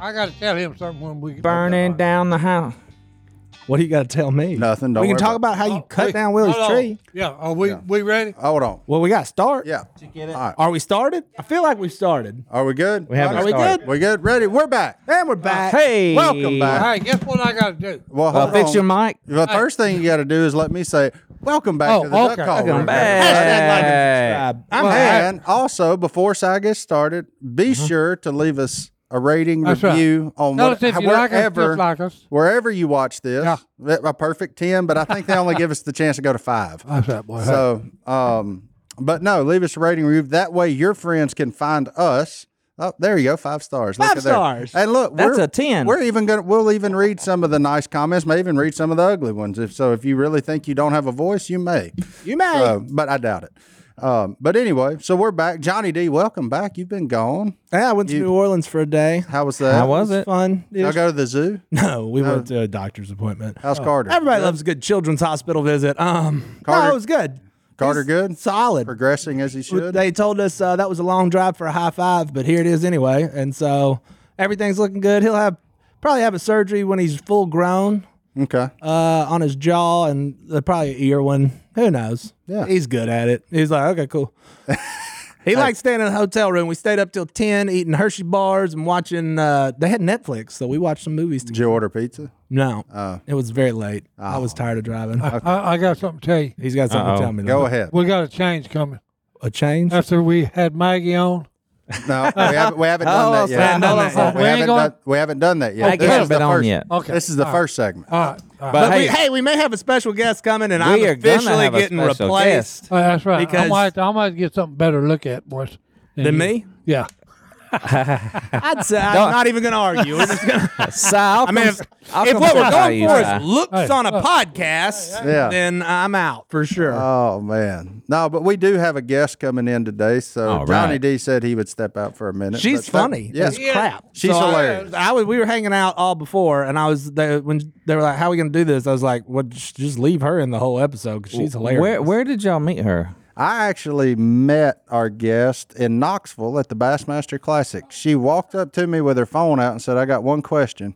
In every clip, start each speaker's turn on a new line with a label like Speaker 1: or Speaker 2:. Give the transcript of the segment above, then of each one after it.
Speaker 1: I gotta tell him something when we
Speaker 2: Burning down the house. What do you got to tell me?
Speaker 3: Nothing, don't
Speaker 2: we can
Speaker 3: worry
Speaker 2: talk
Speaker 3: about
Speaker 2: about how you
Speaker 1: Oh,
Speaker 2: cut
Speaker 1: wait,
Speaker 2: down Willie's
Speaker 1: hold on.
Speaker 2: tree.
Speaker 1: Yeah, are we
Speaker 3: Yeah. Uh,
Speaker 1: we ready?
Speaker 3: Hold on.
Speaker 2: Well, we got to start.
Speaker 3: Yeah. All right.
Speaker 2: Are we started? I feel like we started.
Speaker 3: Are we good?
Speaker 4: We haven't
Speaker 2: Are we
Speaker 4: started.
Speaker 2: good?
Speaker 3: We good? Ready? We're back.
Speaker 2: And we're back.
Speaker 4: Hey.
Speaker 3: Welcome back.
Speaker 1: Hey, guess what I gotta do?
Speaker 3: Well,
Speaker 2: Uh,
Speaker 3: hold
Speaker 2: fix
Speaker 3: on.
Speaker 2: your mic.
Speaker 3: The first thing you got to do is let me say, "Welcome back
Speaker 1: Oh,
Speaker 3: to the Duck
Speaker 1: okay.
Speaker 3: Call."
Speaker 1: Welcome
Speaker 3: Room."
Speaker 4: back.
Speaker 2: Subscribe. I'm
Speaker 3: Well,
Speaker 2: happy.
Speaker 3: and also, before I get started, be sure to leave us a rating
Speaker 1: Mm-hmm. That's right.
Speaker 3: review on
Speaker 1: Tell
Speaker 3: what,
Speaker 1: us if you like us,
Speaker 3: wherever,
Speaker 1: dislike us.
Speaker 3: wherever you watch this.
Speaker 1: Yeah.
Speaker 3: That- A perfect ten, but I think they only give us the chance to go to five.
Speaker 1: That's that boy.
Speaker 3: So, um, but no, leave us a rating review. That way, your friends can find us. Oh, there you go, five stars. Look
Speaker 2: Five
Speaker 3: at there.
Speaker 2: stars.
Speaker 3: And look,
Speaker 4: That's
Speaker 3: we're,
Speaker 4: a 10.
Speaker 3: We're even gonna. We'll even read some of the nice comments. May even read some of the ugly ones. If so, if you really think you don't have a voice, you may.
Speaker 2: You may.
Speaker 3: Uh, but I doubt it. Um, but anyway, so we're back. Johnny D, welcome back. You've been gone.
Speaker 2: yeah, I went to
Speaker 3: you-
Speaker 2: New Orleans for a day.
Speaker 3: How was that?
Speaker 4: How was
Speaker 2: It was
Speaker 4: it?
Speaker 2: fun. It
Speaker 3: Did I
Speaker 2: was-
Speaker 3: go to the zoo.
Speaker 2: no, we
Speaker 3: Uh,
Speaker 2: went to a doctor's appointment.
Speaker 3: How's
Speaker 4: Oh.
Speaker 3: Carter?
Speaker 2: Everybody loves a good children's hospital visit. Um,
Speaker 3: Carter-
Speaker 2: no, it was good.
Speaker 3: Carter
Speaker 2: It's
Speaker 3: good?
Speaker 2: solid.
Speaker 3: Progressing as he should.
Speaker 2: They told us uh, that was a long drive for a high five, but here it is anyway. And so everything's looking good. He'll have probably have a surgery when he's full grown
Speaker 3: okay.
Speaker 2: uh, on his jaw and the- probably an ear one. Who knows?
Speaker 3: Yeah.
Speaker 2: he's good at it. He's like, okay, cool. he liked staying in a hotel room. We stayed up till ten, eating Hershey bars and watching. Uh, they had Netflix, so we watched some movies.
Speaker 3: Did
Speaker 2: Together.
Speaker 3: you order pizza?
Speaker 2: No,
Speaker 3: Oh.
Speaker 2: it was very late. I was tired of driving.
Speaker 1: I, I got something to tell you.
Speaker 2: He's got something
Speaker 4: Uh-oh.
Speaker 2: to tell me. though.
Speaker 3: Go ahead.
Speaker 1: We got a change coming.
Speaker 2: A change.
Speaker 1: After we had Maggie on,
Speaker 3: No, we haven't, we
Speaker 4: Oh,
Speaker 3: haven't done that yet.
Speaker 4: we haven't done that yet.
Speaker 3: We
Speaker 1: We ain't going-
Speaker 3: haven't done, we haven't done that yet.
Speaker 4: I guess haven't been
Speaker 3: the
Speaker 4: on
Speaker 3: first,
Speaker 4: yet.
Speaker 1: Okay.
Speaker 3: This is the
Speaker 1: All right.
Speaker 3: first segment.
Speaker 1: all right, all right.
Speaker 4: But
Speaker 2: But
Speaker 4: hey,
Speaker 2: we, hey, we may have a special guest coming, and I'm
Speaker 4: are gonna
Speaker 2: officially
Speaker 4: have a
Speaker 2: getting
Speaker 4: special
Speaker 2: replaced.
Speaker 1: Uh, that's right. I
Speaker 2: Because-
Speaker 1: might, I might get something better to look at, boys.
Speaker 2: Than
Speaker 1: you.
Speaker 2: me?
Speaker 1: Yeah.
Speaker 2: I'd say I'm not even going to argue. We're just gonna,
Speaker 4: Si, I'll
Speaker 2: I mean,
Speaker 4: come-
Speaker 2: if,
Speaker 4: I'll
Speaker 2: if
Speaker 4: come
Speaker 2: what we're
Speaker 4: sit by
Speaker 2: going
Speaker 4: you,
Speaker 2: for
Speaker 4: Si.
Speaker 2: is looks
Speaker 1: Hey,
Speaker 2: on a podcast,
Speaker 3: Oh. Yeah.
Speaker 2: then I'm out for sure.
Speaker 3: Oh man, no, but we do have a guest coming in today. So
Speaker 4: All right.
Speaker 3: Johnny D said he would step out for a minute.
Speaker 2: She's
Speaker 3: but-
Speaker 2: funny.
Speaker 3: Yeah.
Speaker 2: as crap.
Speaker 3: She's
Speaker 2: I-
Speaker 3: hilarious.
Speaker 2: I, was. We were hanging out all before, and I was there when they were like, "How are we going to do this?" I was like, "Well, just just leave her in the whole episode because she's hilarious."
Speaker 4: Where where did y'all meet her?
Speaker 3: I actually met our guest in Knoxville at the Bassmaster Classic. She walked up to me with her phone out and said, I got one question.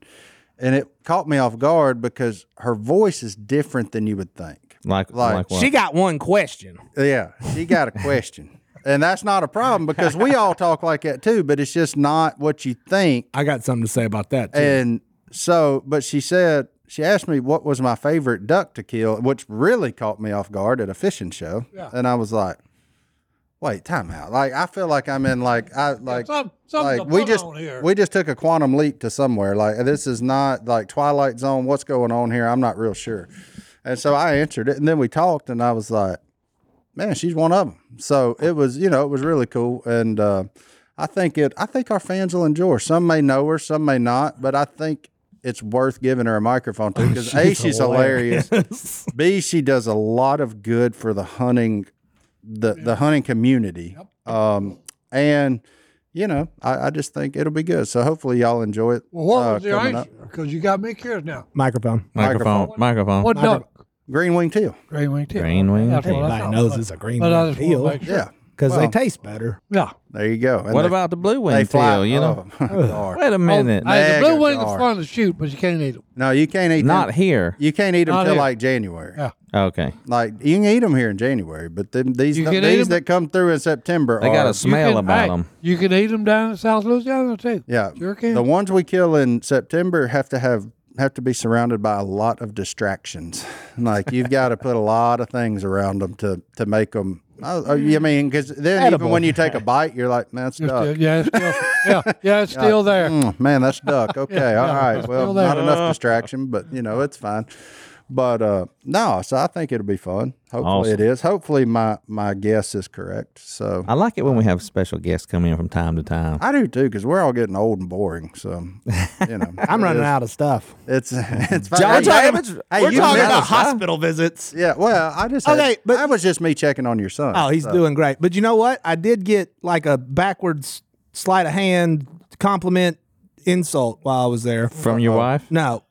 Speaker 3: And it caught me off guard because her voice is different than you would think.
Speaker 4: Like
Speaker 3: Like,
Speaker 4: like, what?
Speaker 2: she got one question.
Speaker 3: Yeah, she got a question. and that's not a problem because we all talk like that too, but it's just not what you think.
Speaker 2: I got something to say about that. Too.
Speaker 3: And so, but she said, she asked me what was my favorite duck to kill, which really caught me off guard at a fishing show. And I was like, wait, time out. Like, I feel like I'm in like, I like,
Speaker 1: some- something's
Speaker 3: like we
Speaker 1: afoot
Speaker 3: just,
Speaker 1: on here.
Speaker 3: we just took a quantum leap to somewhere. Like, this is not like Twilight Zone. What's going on here? I'm not real sure. And so I answered it. And then we talked and I was like, man, she's one of them. So it was, you know, it was really cool, and uh, I think it. I think our fans will enjoy. her. Some may know her, some may not, but I think it's worth giving her a microphone to because a Oh, she's hilarious. B she does a lot of good for the hunting, the the hunting community, um, and you know, I, I just think it'll be good. So hopefully y'all enjoy it.
Speaker 1: Well, what
Speaker 3: uh,
Speaker 1: was your
Speaker 3: coming
Speaker 1: answer? Because you got me curious now.
Speaker 2: Microphone.
Speaker 4: microphone microphone.
Speaker 1: What duck?
Speaker 3: Green wing teal.
Speaker 1: Green wing teal.
Speaker 4: Green wing
Speaker 1: That's what I
Speaker 4: teal.
Speaker 2: Everybody
Speaker 1: thought.
Speaker 2: knows it's a green
Speaker 1: But I
Speaker 2: one
Speaker 1: just want to
Speaker 2: peel
Speaker 1: make sure.
Speaker 3: Yeah,
Speaker 2: because they
Speaker 3: Well,
Speaker 2: taste better.
Speaker 1: Yeah.
Speaker 3: there you go. And
Speaker 4: What
Speaker 3: they-
Speaker 4: about the blue
Speaker 3: they
Speaker 4: wing
Speaker 3: fly?
Speaker 4: tail? You know.
Speaker 3: Oh, they are.
Speaker 4: Wait a minute.
Speaker 1: Oh, Hey, the blue
Speaker 3: Mega
Speaker 1: wing is
Speaker 3: dark.
Speaker 1: fun to shoot, but you can't eat them.
Speaker 3: no, you can't eat
Speaker 4: Not
Speaker 3: them.
Speaker 4: here.
Speaker 3: You can't eat them
Speaker 1: Not
Speaker 3: till
Speaker 1: here.
Speaker 3: like January.
Speaker 1: Yeah.
Speaker 4: Okay.
Speaker 3: Like you can eat them here in January, but then these
Speaker 1: You can eat
Speaker 3: these
Speaker 1: 'em-
Speaker 3: that come through in September
Speaker 4: They
Speaker 3: are
Speaker 4: got
Speaker 2: Oh,
Speaker 4: a smell
Speaker 1: can,
Speaker 4: about
Speaker 1: hey,
Speaker 4: them.
Speaker 1: You can eat them down in South Louisiana too.
Speaker 3: yeah.
Speaker 1: Sure can.
Speaker 3: The ones we kill in September have to have have to be surrounded by a lot of distractions. Like you've got to put a lot of things around them to to make them. I, I mean, because then even when you take a bite, you're like, man, that's
Speaker 1: It's
Speaker 3: duck.
Speaker 1: still- yeah, it's still, yeah, yeah, it's still there.
Speaker 3: Mm, man, that's duck. Okay, all right. Well,
Speaker 1: still there.
Speaker 3: not enough distraction, but you know it's fine. But uh, no, so I think it'll be fun. Hopefully it is. Hopefully my my guess is correct. So
Speaker 4: I like it when we have special guests come in from time to time.
Speaker 3: I do too, because we're all getting old and boring. So, you know,
Speaker 2: I'm
Speaker 3: it
Speaker 2: running
Speaker 3: is-
Speaker 2: out of stuff.
Speaker 3: It's it's
Speaker 4: John,
Speaker 3: fine.
Speaker 4: John,
Speaker 3: Hey,
Speaker 4: it's-
Speaker 3: hey,
Speaker 4: we're
Speaker 3: you
Speaker 4: talking
Speaker 3: missed
Speaker 4: about
Speaker 3: us.
Speaker 2: hospital visits.
Speaker 3: Yeah, well, I just
Speaker 2: Okay,
Speaker 3: okay, but
Speaker 2: but-
Speaker 3: that was just me checking on your son.
Speaker 2: Oh, he's
Speaker 3: so.
Speaker 2: doing great. But you know what? I did get like a backwards sleight of hand compliment insult while I was there.
Speaker 4: From your wife?
Speaker 2: No,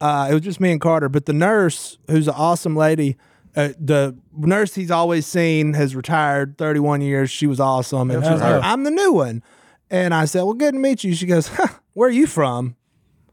Speaker 2: uh, it was just me and Carter. But the nurse, who's an awesome lady, uh, the nurse he's always seen has retired 31 years. She was awesome. And
Speaker 1: Yeah,
Speaker 2: she's
Speaker 1: her.
Speaker 2: like, I'm the new one. And I said, Well, good to meet you. She goes, huh, Where are you from?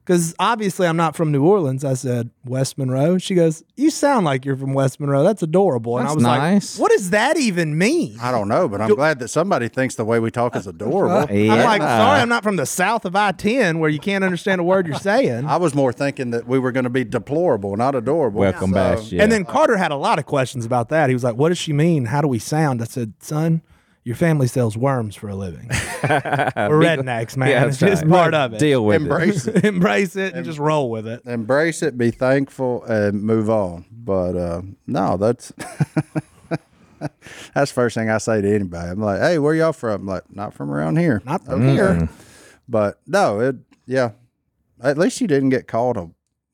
Speaker 2: Because obviously I'm not from New Orleans. I said, West Monroe. She goes, You sound like you're from West Monroe. That's adorable. and I
Speaker 4: That's
Speaker 2: was
Speaker 4: nice.
Speaker 2: like, What does that even mean?
Speaker 3: I don't know, but I'm glad that somebody thinks the way we talk is adorable.
Speaker 2: I'm like, Sorry, I'm not from the south of I 10 where you can't understand a word you're saying.
Speaker 3: I was more thinking that we were going to be deplorable, not adorable.
Speaker 4: Welcome
Speaker 3: So,
Speaker 4: back. yeah.
Speaker 2: And then Carter had a lot of questions about that. He was like, "What does she mean? How do we sound?" I said, "Son, your family sells worms for a living. We're rednecks, man.
Speaker 4: Yeah,
Speaker 2: it's
Speaker 4: that's
Speaker 2: just
Speaker 4: right.
Speaker 2: part of it.
Speaker 4: deal with it.
Speaker 3: Embrace it.
Speaker 2: Embrace it and just roll with it."
Speaker 3: Embrace it, be thankful, and move on. But uh, no, that's that's the first thing I say to anybody. I'm like, hey, where y'all from? like, not from around here.
Speaker 2: Not from
Speaker 3: here. But no, it yeah. At least you didn't get called a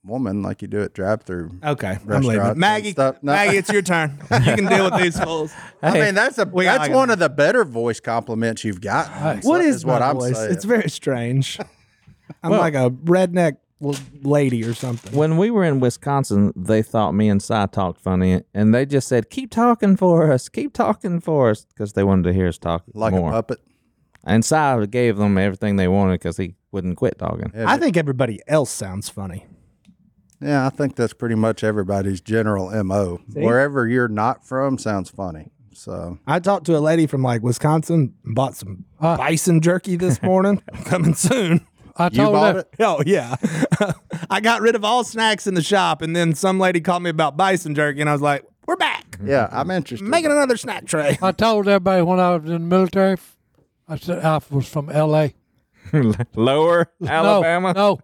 Speaker 3: woman like you do at drive through.
Speaker 2: Okay, I'm
Speaker 3: Restaurants
Speaker 2: leaving.
Speaker 3: and
Speaker 2: Maggie,
Speaker 3: stuff. No.
Speaker 2: Maggie, it's your turn. You can deal with these fools.
Speaker 3: I mean, that's a
Speaker 2: got
Speaker 3: that's
Speaker 2: like
Speaker 3: one of the better voice compliments you've gotten.
Speaker 2: What is,
Speaker 3: what
Speaker 2: my
Speaker 3: I'm
Speaker 2: voice?
Speaker 3: saying.
Speaker 2: It's very strange. I'm like a redneck l- lady or something.
Speaker 4: When we were in Wisconsin, they thought me and Si talked funny, and they just said, "Keep talking for us, keep talking for us," because they wanted to hear us talk
Speaker 3: like
Speaker 4: more.
Speaker 3: a puppet.
Speaker 4: And Si gave them everything they wanted because he wouldn't quit talking.
Speaker 2: I think everybody else sounds funny.
Speaker 3: Yeah, I think that's pretty much everybody's general MO. Wherever you're not from sounds funny. So
Speaker 2: I talked to a lady from like Wisconsin and bought some bison jerky this morning. Coming soon.
Speaker 1: I
Speaker 3: you
Speaker 1: told e,
Speaker 3: bought
Speaker 1: her.
Speaker 3: it?
Speaker 2: Oh yeah. I got rid of all snacks in the shop and then some lady called me about bison jerky and I was like, We're back.
Speaker 3: Yeah, I'm interested.
Speaker 2: Making another snack tray.
Speaker 1: I told everybody when I was in the military. I said I was from L.A.
Speaker 4: Lower Alabama.
Speaker 1: No,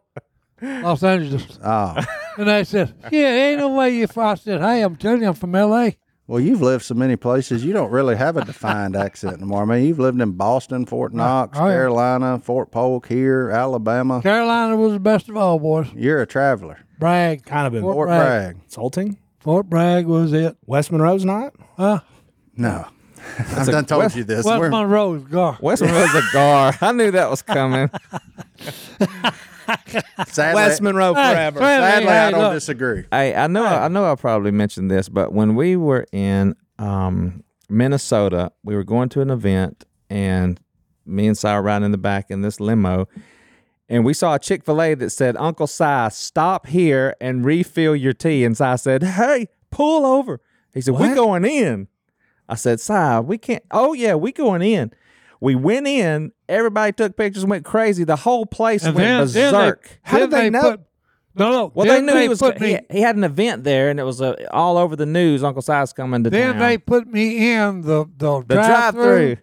Speaker 1: no, Los Angeles.
Speaker 3: oh.
Speaker 1: And they said, "Yeah, ain't no way you." From. I said, "Hey, I'm telling you, I'm from L.A."
Speaker 3: Well, you've lived so many places, you don't really have a defined accent anymore. I mean, you've lived in Boston, Fort Knox,
Speaker 1: oh, yeah.
Speaker 3: Carolina, Fort Polk, here, Alabama.
Speaker 1: Carolina was the best of all, boys.
Speaker 3: You're a traveler.
Speaker 1: Bragg,
Speaker 2: Kind of
Speaker 1: Fort
Speaker 3: Fort
Speaker 1: Bragg.
Speaker 3: Bragg.
Speaker 2: insulting.
Speaker 1: Fort Bragg was it.
Speaker 2: West Monroe's not?
Speaker 1: Huh?
Speaker 3: No. I've done told you this.
Speaker 1: West
Speaker 3: We're-
Speaker 1: Monroe was gar.
Speaker 4: West Monroe's a gar. I knew that was coming.
Speaker 3: sadly,
Speaker 2: West Monroe
Speaker 1: Hey,
Speaker 2: forever.
Speaker 1: hey,
Speaker 3: sadly,
Speaker 1: hey,
Speaker 3: I don't
Speaker 1: look.
Speaker 3: disagree.
Speaker 4: Hey, I know, I know, I probably mentioned this, but when we were in um, Minnesota, we were going to an event, and me and Si were riding in the back in this limo, and we saw a Chick Fil A that said, "Uncle Si, stop here and refill your tea." And Si said, "Hey, pull over." He said, "We going in." I said, "Si, we can't." Oh yeah, we going in. We went in. Everybody took pictures and went crazy. The whole place went
Speaker 1: then
Speaker 4: berserk.
Speaker 2: How did
Speaker 1: then
Speaker 2: they know?
Speaker 1: Put, no, no.
Speaker 4: Well,
Speaker 1: then
Speaker 4: they knew he was.
Speaker 1: put me.
Speaker 4: He, he had an event there, and it was uh, all over the news. Uncle Si's coming to
Speaker 1: then
Speaker 4: town.
Speaker 1: they put me in the the,
Speaker 4: the drive-through.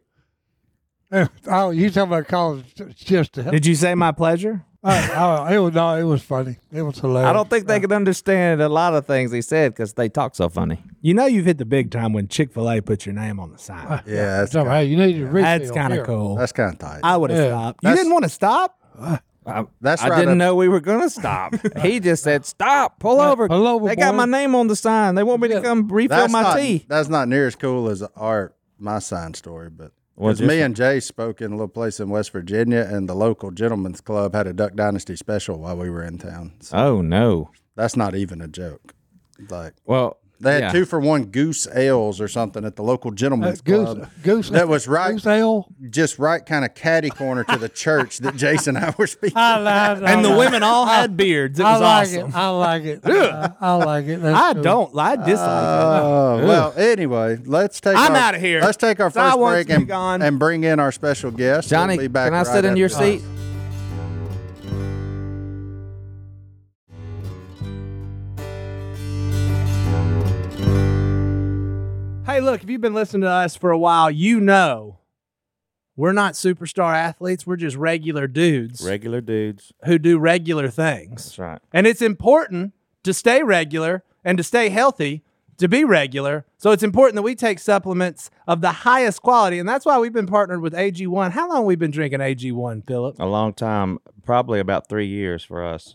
Speaker 1: drive-through. oh, you talking about college? Just to help.
Speaker 2: Did you say my pleasure?
Speaker 1: I, I, it was no, it was funny. It was hilarious.
Speaker 4: I don't think they could understand a lot of things he said because they talk so funny.
Speaker 2: You know you've hit the big time when Chick fil A put your name on the sign.
Speaker 3: Yeah, that's
Speaker 1: So,
Speaker 3: kind,
Speaker 1: hey, you need to refill.
Speaker 2: That's kind
Speaker 1: Uh, here. Uh,
Speaker 2: of cool.
Speaker 3: that's kind of tight.
Speaker 2: I would have
Speaker 1: Yeah.
Speaker 2: stopped. You didn't want to stop?
Speaker 3: that's
Speaker 4: I
Speaker 3: right
Speaker 4: didn't
Speaker 3: up-
Speaker 4: know we were gonna stop. he just said, "Stop, pull over,
Speaker 1: pull over,
Speaker 4: They got
Speaker 1: boy."
Speaker 4: my name on the sign. They want me to come refill
Speaker 3: That's
Speaker 4: my
Speaker 3: not,
Speaker 4: tea.
Speaker 3: That's not near as cool as our my sign story, but
Speaker 4: What's
Speaker 3: because me and Jay spoke in a little place in West Virginia, and the local gentleman's club had a Duck Dynasty special while we were in town. So
Speaker 4: Oh no.
Speaker 3: that's not even a joke. Like
Speaker 4: Well,
Speaker 3: they had
Speaker 4: yeah.
Speaker 3: two for one goose ales or something at the local gentleman's
Speaker 1: Goose,
Speaker 3: club.
Speaker 1: goose.
Speaker 3: That was right,
Speaker 1: Goose ale.
Speaker 3: just right kind of caddy corner to the church that Jason and I were speaking.
Speaker 1: I lied. I
Speaker 2: And the
Speaker 1: lied.
Speaker 2: women all had beards. It
Speaker 1: I
Speaker 2: was
Speaker 1: like
Speaker 2: awesome.
Speaker 1: it. I like it. Uh, I like it. That's
Speaker 2: I
Speaker 1: cool.
Speaker 2: don't. I dislike
Speaker 1: Uh,
Speaker 2: it.
Speaker 3: Oh well. Anyway, let's take.
Speaker 2: I'm
Speaker 3: our-
Speaker 2: outta here.
Speaker 3: Let's take our
Speaker 2: So I
Speaker 3: first
Speaker 2: want
Speaker 3: break
Speaker 2: to be
Speaker 3: and,
Speaker 2: gone.
Speaker 3: and bring in our special guest We'll
Speaker 4: Johnny,
Speaker 3: be back
Speaker 4: can I
Speaker 3: right
Speaker 4: sit in
Speaker 3: after
Speaker 4: your
Speaker 3: this.
Speaker 4: seat?
Speaker 2: Hey, look, if you've been listening to us for a while, you know we're not superstar athletes. We're just regular dudes
Speaker 4: Regular dudes.
Speaker 2: who do regular things.
Speaker 4: That's right.
Speaker 2: And it's important to stay regular and to stay healthy to be regular. So it's important that we take supplements of the highest quality. And that's why we've been partnered with AG1. How long have we been drinking AG1, Philip?
Speaker 4: A long time, probably about three years for us.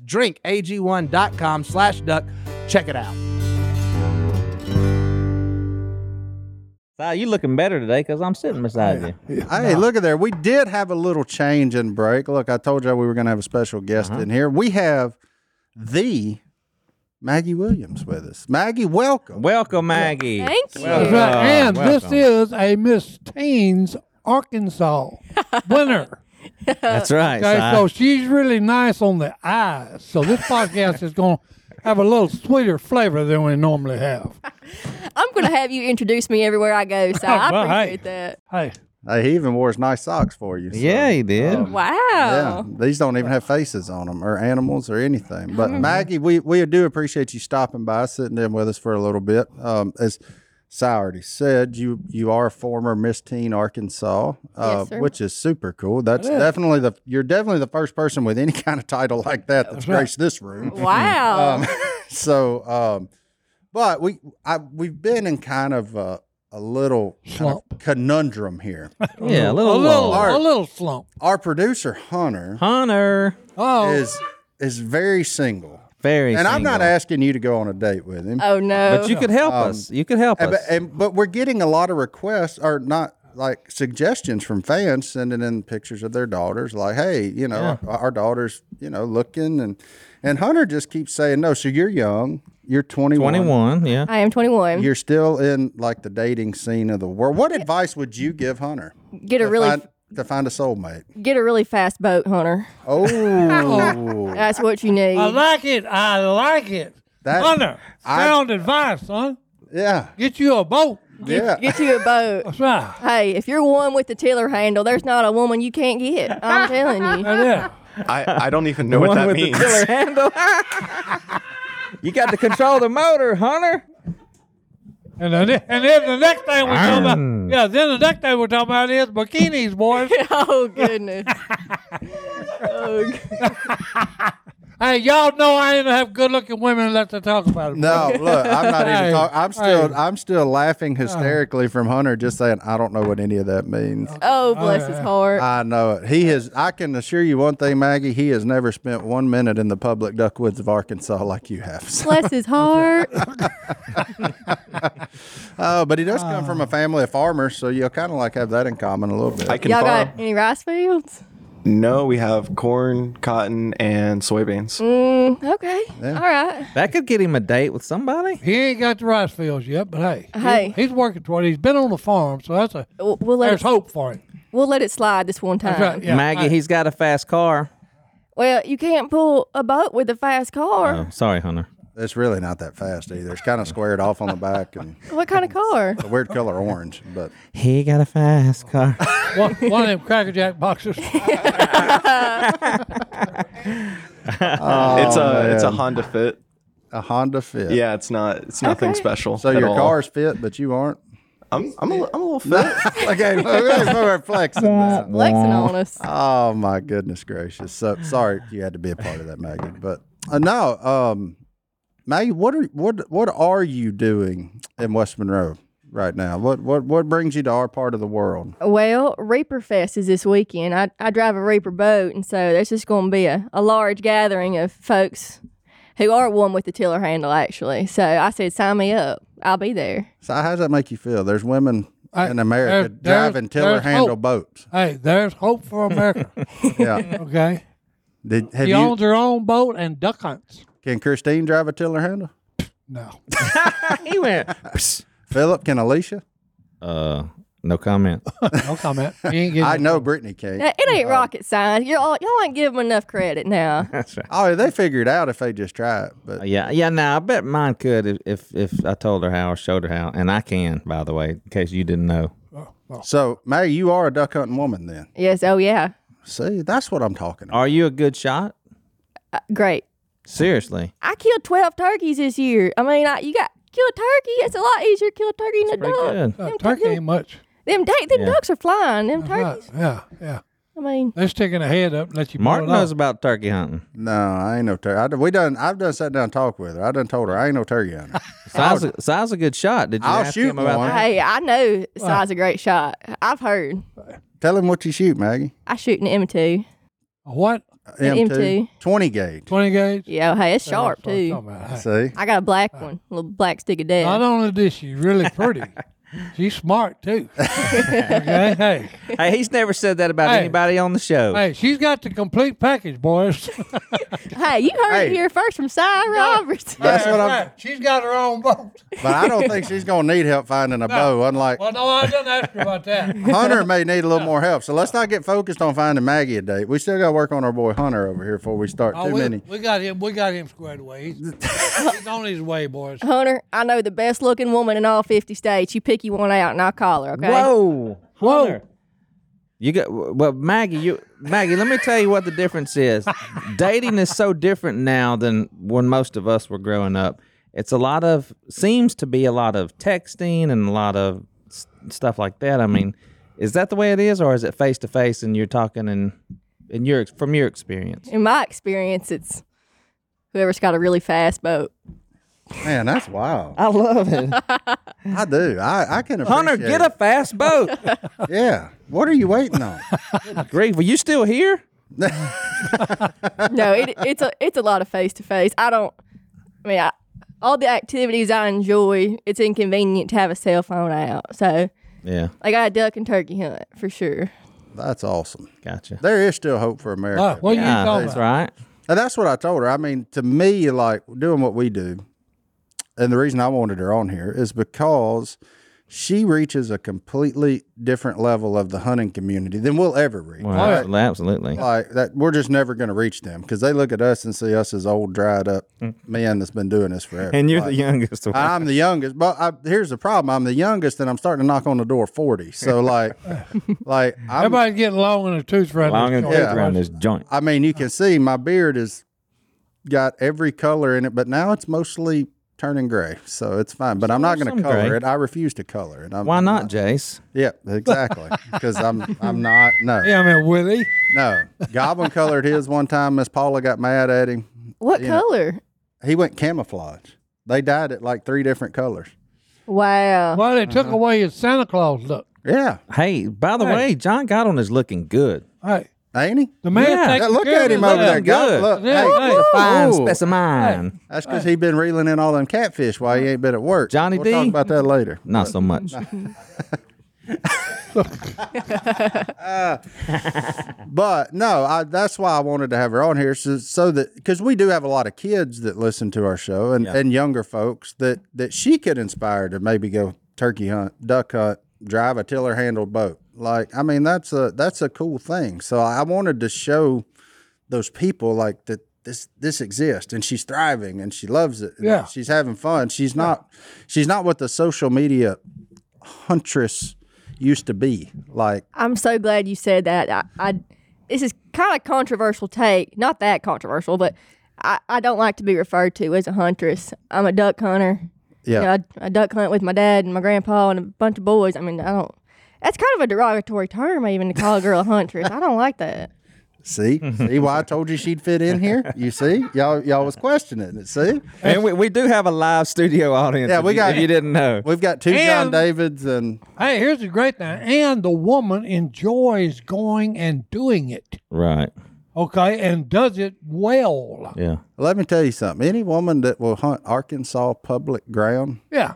Speaker 2: drinkag1.com slash duck. Check it out.
Speaker 4: Sal, you looking better today because I'm sitting beside you.
Speaker 3: Uh, Hey, look at there. We did have a little change in break. Look, I told you we were going to have a special guest
Speaker 4: Uh-huh.
Speaker 3: in here. We have the Maggie Williams with us. Maggie, welcome.
Speaker 4: Welcome, Maggie.
Speaker 5: Thank you.
Speaker 1: That's
Speaker 4: Yeah.
Speaker 1: right. And
Speaker 4: Welcome.
Speaker 1: this is a Miss Teens Arkansas winner.
Speaker 4: That's right.
Speaker 1: Okay,
Speaker 4: Si.
Speaker 1: so she's really nice on the eyes. So this podcast is going to have a little sweeter flavor than we normally have.
Speaker 5: I'm going to have you introduce me everywhere I go, so I
Speaker 1: Well, hey.
Speaker 5: appreciate that.
Speaker 1: Hey,
Speaker 3: Hey, he even wore his nice socks for you. so-
Speaker 4: yeah, he did.
Speaker 2: Oh.
Speaker 5: Wow.
Speaker 3: Yeah, these don't even have faces on them or animals or anything. But Maggie, we, we do appreciate you stopping by, sitting in with us for a little bit. Um, as Si already said, you you are a former Miss Teen Arkansas, uh,
Speaker 5: Yes, sir.
Speaker 3: which is super cool. That's definitely the you're definitely the first person with any kind of title like that that's graced this room.
Speaker 5: Wow.
Speaker 3: Um, so, um, but we I, we've been in kind of a, a little kind of
Speaker 1: Slump.
Speaker 3: conundrum here.
Speaker 4: Yeah, a
Speaker 1: a
Speaker 4: little,
Speaker 1: little, a
Speaker 4: low.
Speaker 1: little slump.
Speaker 3: Our producer Hunter
Speaker 4: Hunter.
Speaker 1: Oh,
Speaker 3: is is very single,
Speaker 4: Very.
Speaker 3: and I'm not
Speaker 4: single.
Speaker 3: asking you to go on a date with him.
Speaker 5: oh, no.
Speaker 4: But you could help
Speaker 3: Um,
Speaker 4: us. You could help
Speaker 3: and, but,
Speaker 4: us.
Speaker 3: and- but we're getting a lot of requests, or not like suggestions from fans sending in pictures of their daughters, like, "Hey, you know, our, our daughter's, you know, looking," and and Hunter just keeps saying, "No, so you're young, you're
Speaker 4: 21, yeah.
Speaker 5: I am 21.
Speaker 3: you're still in like the dating scene of the world. What advice would you give Hunter
Speaker 5: get a
Speaker 3: to,
Speaker 5: really
Speaker 3: find, to find a soulmate?
Speaker 5: get a really fast boat, Hunter.
Speaker 3: Oh,
Speaker 5: That's what you need.
Speaker 1: I like it. I like it.
Speaker 3: That-
Speaker 1: Hunter,
Speaker 3: I-
Speaker 1: sound advice, son.
Speaker 3: yeah,
Speaker 1: Get you a boat.
Speaker 3: yeah.
Speaker 5: Get you a boat.
Speaker 1: That's right.
Speaker 5: hey, if you're one with the tiller handle, there's not a woman you can't get. I'm telling you.
Speaker 1: Right there.
Speaker 6: I, I don't even know what that means.
Speaker 4: handle. you got to control the motor, Hunter.
Speaker 1: And then, and then the next thing we're talking about, yeah, then the next thing we're talking about is bikinis, boys.
Speaker 5: oh, goodness. oh, g-
Speaker 1: hey, y'all know I ain't have good looking women unless I talk about it.
Speaker 3: No, look, I'm not
Speaker 1: Hey,
Speaker 3: even talking. I'm still,
Speaker 1: hey. Uh.
Speaker 3: I'm still laughing hysterically from Hunter just saying, I don't know what any of that means.
Speaker 5: oh, bless his heart.
Speaker 3: I know it. He has. I can assure you one thing, Maggie. He has never spent one minute in the public duckwoods of Arkansas like you have. So-
Speaker 5: bless his heart.
Speaker 3: Uh, but he does come from a family of farmers, so you'll kind of like have that in common a little bit.
Speaker 6: I can
Speaker 5: Y'all
Speaker 6: farm.
Speaker 5: got any rice fields?
Speaker 6: No, we have corn, cotton, and soybeans.
Speaker 5: Mm, okay. All right.
Speaker 4: That could get him a date with somebody.
Speaker 1: He ain't got the rice fields yet, but hey, he-
Speaker 5: Hey.
Speaker 1: he's working toward it. He's been on the farm, so that's a
Speaker 5: We'll, we'll let
Speaker 1: there's
Speaker 5: it,
Speaker 1: hope for him.
Speaker 5: we'll let it slide this one time.
Speaker 1: That's right, yeah.
Speaker 4: Maggie,
Speaker 1: I-
Speaker 4: he's got a fast car.
Speaker 5: Well, you can't pull a boat with a fast car.
Speaker 4: Oh, sorry, Hunter.
Speaker 3: It's really not that fast either. It's kind of squared off on the back and
Speaker 5: What kind of car?
Speaker 3: a weird color orange, but
Speaker 4: He got a fast car.
Speaker 1: one, one of them Cracker Jack boxes.
Speaker 6: it's a it's a
Speaker 3: Oh, man.
Speaker 6: Honda Fit.
Speaker 3: a Honda Fit.
Speaker 6: Yeah, it's not it's nothing
Speaker 5: Okay.
Speaker 6: special.
Speaker 3: So
Speaker 6: at
Speaker 3: your
Speaker 6: all.
Speaker 3: car's fit, but you aren't.
Speaker 6: I'm I'm a, li- I'm a little fit.
Speaker 3: okay, look, look, look, we're flexing. this.
Speaker 5: Flexing on us.
Speaker 3: Oh my goodness gracious! So sorry you had to be a part of that, Maggie. But uh, no, um, Maggie, what are what what are you doing in West Monroe right now? What what what brings you to our part of the world?
Speaker 5: Well, Reaper Fest is this weekend. I, I drive a Reaper boat, and so there's just going to be a, a large gathering of folks who are one with the tiller handle, actually. So I said, sign me up. I'll be there.
Speaker 3: So how does that make you feel? There's women
Speaker 1: I-
Speaker 3: in America
Speaker 1: there- there's-
Speaker 3: driving tiller
Speaker 1: there's
Speaker 3: handle
Speaker 1: hope.
Speaker 3: boats.
Speaker 1: hey, there's hope for America.
Speaker 3: Yeah.
Speaker 1: Okay,
Speaker 3: Did, have
Speaker 1: he
Speaker 3: you,
Speaker 1: owns her own boat and duck hunts.
Speaker 3: can Christine drive a tiller handle?
Speaker 1: No,
Speaker 4: he went. "Psst."
Speaker 3: Philip, can Alicia?
Speaker 4: Uh, no comment.
Speaker 1: no comment. He ain't getting
Speaker 3: I know Brittany can.
Speaker 5: Now, it ain't
Speaker 4: Uh,
Speaker 5: rocket science. Y'all, y'all ain't give them enough credit now.
Speaker 4: That's right.
Speaker 3: Oh, they figure it out if they just try it. But
Speaker 4: Yeah, yeah. Now I bet mine could if, if if I told her how or showed her how, and I can. By the way, in case you didn't know,
Speaker 3: so, Maggie, you are a duck hunting woman then.
Speaker 5: yes, oh, yeah.
Speaker 3: See, that's what I'm talking about.
Speaker 4: are you a good shot?
Speaker 5: Great.
Speaker 4: Seriously,
Speaker 5: I killed 12 turkeys this year. I mean, I, you got kill a turkey. It's a lot easier to kill a turkey than a
Speaker 4: pretty
Speaker 5: duck.
Speaker 4: good.
Speaker 1: Uh,
Speaker 5: Them,
Speaker 1: turkey
Speaker 5: tur-
Speaker 1: ain't much.
Speaker 5: them, da- them ducks are flying. Them
Speaker 1: Right,
Speaker 5: turkeys.
Speaker 1: yeah, yeah.
Speaker 5: I mean,
Speaker 1: They're sticking a head up and let you. pull
Speaker 4: Martin
Speaker 1: it off.
Speaker 4: knows about turkey hunting.
Speaker 3: No, I ain't no turkey. We done. I've done sat down and talked with her. I done told her I ain't no turkey hunter.
Speaker 4: So I was a, so I was a good shot. Did you
Speaker 3: I'll
Speaker 4: ask
Speaker 3: shoot
Speaker 4: him about
Speaker 3: one.
Speaker 4: that?
Speaker 5: hey, I know Si's a great shot. I've heard.
Speaker 3: Tell him what you shoot, Maggie.
Speaker 5: I shoot an M2.
Speaker 1: A what?
Speaker 5: An M2.
Speaker 3: twenty gauge.
Speaker 1: Twenty gauge.
Speaker 5: Yeah, hey, it's sharp
Speaker 1: That's what I'm
Speaker 5: too.
Speaker 1: talking about. Hey.
Speaker 3: See,
Speaker 5: I got a black one, a little black stick of
Speaker 1: Not
Speaker 5: death.
Speaker 1: only did she really pretty, she's smart too. okay, hey,
Speaker 4: Hey, he's never said that about
Speaker 1: Hey.
Speaker 4: anybody on the show.
Speaker 1: hey, she's got the complete package, boys.
Speaker 5: Hey, you heard
Speaker 3: Hey.
Speaker 5: it here first from Si Roberts.
Speaker 3: that's what I'm.
Speaker 1: She's got her own boat.
Speaker 3: But I don't think she's gonna need help finding a bow. Unlike
Speaker 1: Well, no, I didn't ask her about that.
Speaker 3: Hunter, may need a little more help. So let's not get focused on finding Maggie a date. We still got to work on our boy Hunter over here before we start
Speaker 1: Oh,
Speaker 3: too
Speaker 1: we,
Speaker 3: many.
Speaker 1: we got him. We got him squared away. He's, he's on his way, boys.
Speaker 5: Hunter, I know the best looking woman in all 50 states. You pick you one out and I'll call her, okay?
Speaker 4: Whoa, whoa. You got well, Maggie. You Maggie. let me tell you what the difference is. Dating is so different now than when most of us were growing up. It's a lot of seems to be a lot of texting and a lot of s- stuff like that. I mean, is that the way it is, or is it face to face and you're talking and in your ex- from your experience?
Speaker 5: In my experience, it's whoever's got a really fast boat.
Speaker 3: Man, that's wild.
Speaker 4: I love it.
Speaker 3: I do. I I can appreciate.
Speaker 4: Hunter, get a fast boat.
Speaker 3: it. Yeah. What are you waiting on?
Speaker 4: Grief, are you still here?
Speaker 5: no, it, it's a it's a lot of face to face. I don't. I mean, I, all the activities I enjoy, it's inconvenient to have a cell phone out. So,
Speaker 4: Yeah,
Speaker 5: like, I duck and turkey hunt for sure.
Speaker 3: That's awesome.
Speaker 4: gotcha.
Speaker 3: There is still hope for America.
Speaker 1: Uh, what are
Speaker 4: Yeah,
Speaker 1: you talking
Speaker 4: that's
Speaker 1: about?
Speaker 4: right.
Speaker 3: And that's what I told her. I mean, to me, like doing what we do, and the reason I wanted her on here is because she reaches a completely different level of the hunting community than we'll ever reach.
Speaker 4: Well, absolutely.
Speaker 3: Like that, we're just never going to reach them because they look at us and see us as old, dried up men that's been doing this forever.
Speaker 4: Mm. And you're
Speaker 3: Like,
Speaker 4: the youngest one.
Speaker 3: I'm the youngest, but I, here's the problem: I'm the youngest, and I'm starting to knock on the door forty. So like, like I'm,
Speaker 1: Everybody's getting long in the tooth right
Speaker 4: long and
Speaker 1: now.
Speaker 4: thick
Speaker 3: Yeah.
Speaker 4: around this joint.
Speaker 3: I mean,
Speaker 4: Uh-huh.
Speaker 3: you can see my beard has got every color in it, but now it's mostly turning gray, so it's fine. But I'm not going
Speaker 4: some
Speaker 3: to color
Speaker 4: gray.
Speaker 3: it. I refuse to color it. I'm,
Speaker 4: Why not, Jace?
Speaker 3: Yeah, exactly. Because I'm I'm not. No,
Speaker 1: Yeah, I mean Willie.
Speaker 3: no. Goblin colored his one time. Miss Paula got mad at him.
Speaker 5: What color?
Speaker 3: He went camouflage. They dyed it like three different colors.
Speaker 5: Wow.
Speaker 1: Well, they
Speaker 3: Uh-huh.
Speaker 1: took away his Santa Claus look.
Speaker 3: Yeah,
Speaker 4: Hey, by the way, John Godwin is looking good.
Speaker 1: Hey,
Speaker 3: ain't he?
Speaker 1: the man.
Speaker 4: Yeah.
Speaker 1: taking
Speaker 3: Yeah, look
Speaker 1: care
Speaker 3: at
Speaker 1: of
Speaker 3: him
Speaker 1: his
Speaker 3: over there.
Speaker 1: leg.
Speaker 4: Good.
Speaker 3: God, look.
Speaker 1: Yeah,
Speaker 3: Hey,
Speaker 1: he's a
Speaker 4: Fine
Speaker 3: ooh.
Speaker 4: specimen.
Speaker 3: That's because he's been reeling in all them catfish while he ain't been at work.
Speaker 4: Johnny
Speaker 3: we'll
Speaker 4: D?
Speaker 3: Talk about that later.
Speaker 4: Not so much.
Speaker 3: But no, I, that's why I wanted to have her on here, so, so that because we do have a lot of kids that listen to our show and, and younger folks that that she could inspire to maybe go turkey hunt, duck hunt, drive a tiller handled boat. Like, I mean, that's a that's a cool thing. So I wanted to show those people like that this this exists and she's thriving and she loves it. and
Speaker 1: Yeah.
Speaker 3: She's having fun. She's not she's not what the social media huntress used to be. Like
Speaker 5: I'm so glad you said that. I, I this is kind of controversial take, not that controversial, but I, I don't like to be referred to as a huntress. I'm a duck hunter.
Speaker 3: Yeah.
Speaker 5: You know, I, I duck hunt with my dad and my grandpa and a bunch of boys. I mean, I don't. That's kind of a derogatory term, even to call a girl a huntress. I don't like that.
Speaker 3: See,
Speaker 1: Mm-hmm.
Speaker 3: see why I told you she'd fit in here. You see, y'all, y'all was questioning it. See,
Speaker 4: And we, we do have a live studio audience.
Speaker 3: Yeah,
Speaker 4: if
Speaker 3: we
Speaker 4: you-
Speaker 3: got-
Speaker 4: If you didn't know,
Speaker 3: we've got two John
Speaker 1: And-
Speaker 3: Davids, and
Speaker 1: Hey, here's the great thing. And the woman enjoys going and doing it.
Speaker 4: right?
Speaker 1: Okay. And does it well.
Speaker 4: Yeah,
Speaker 3: let me tell you something. Any woman that will hunt Arkansas public ground,
Speaker 1: Yeah.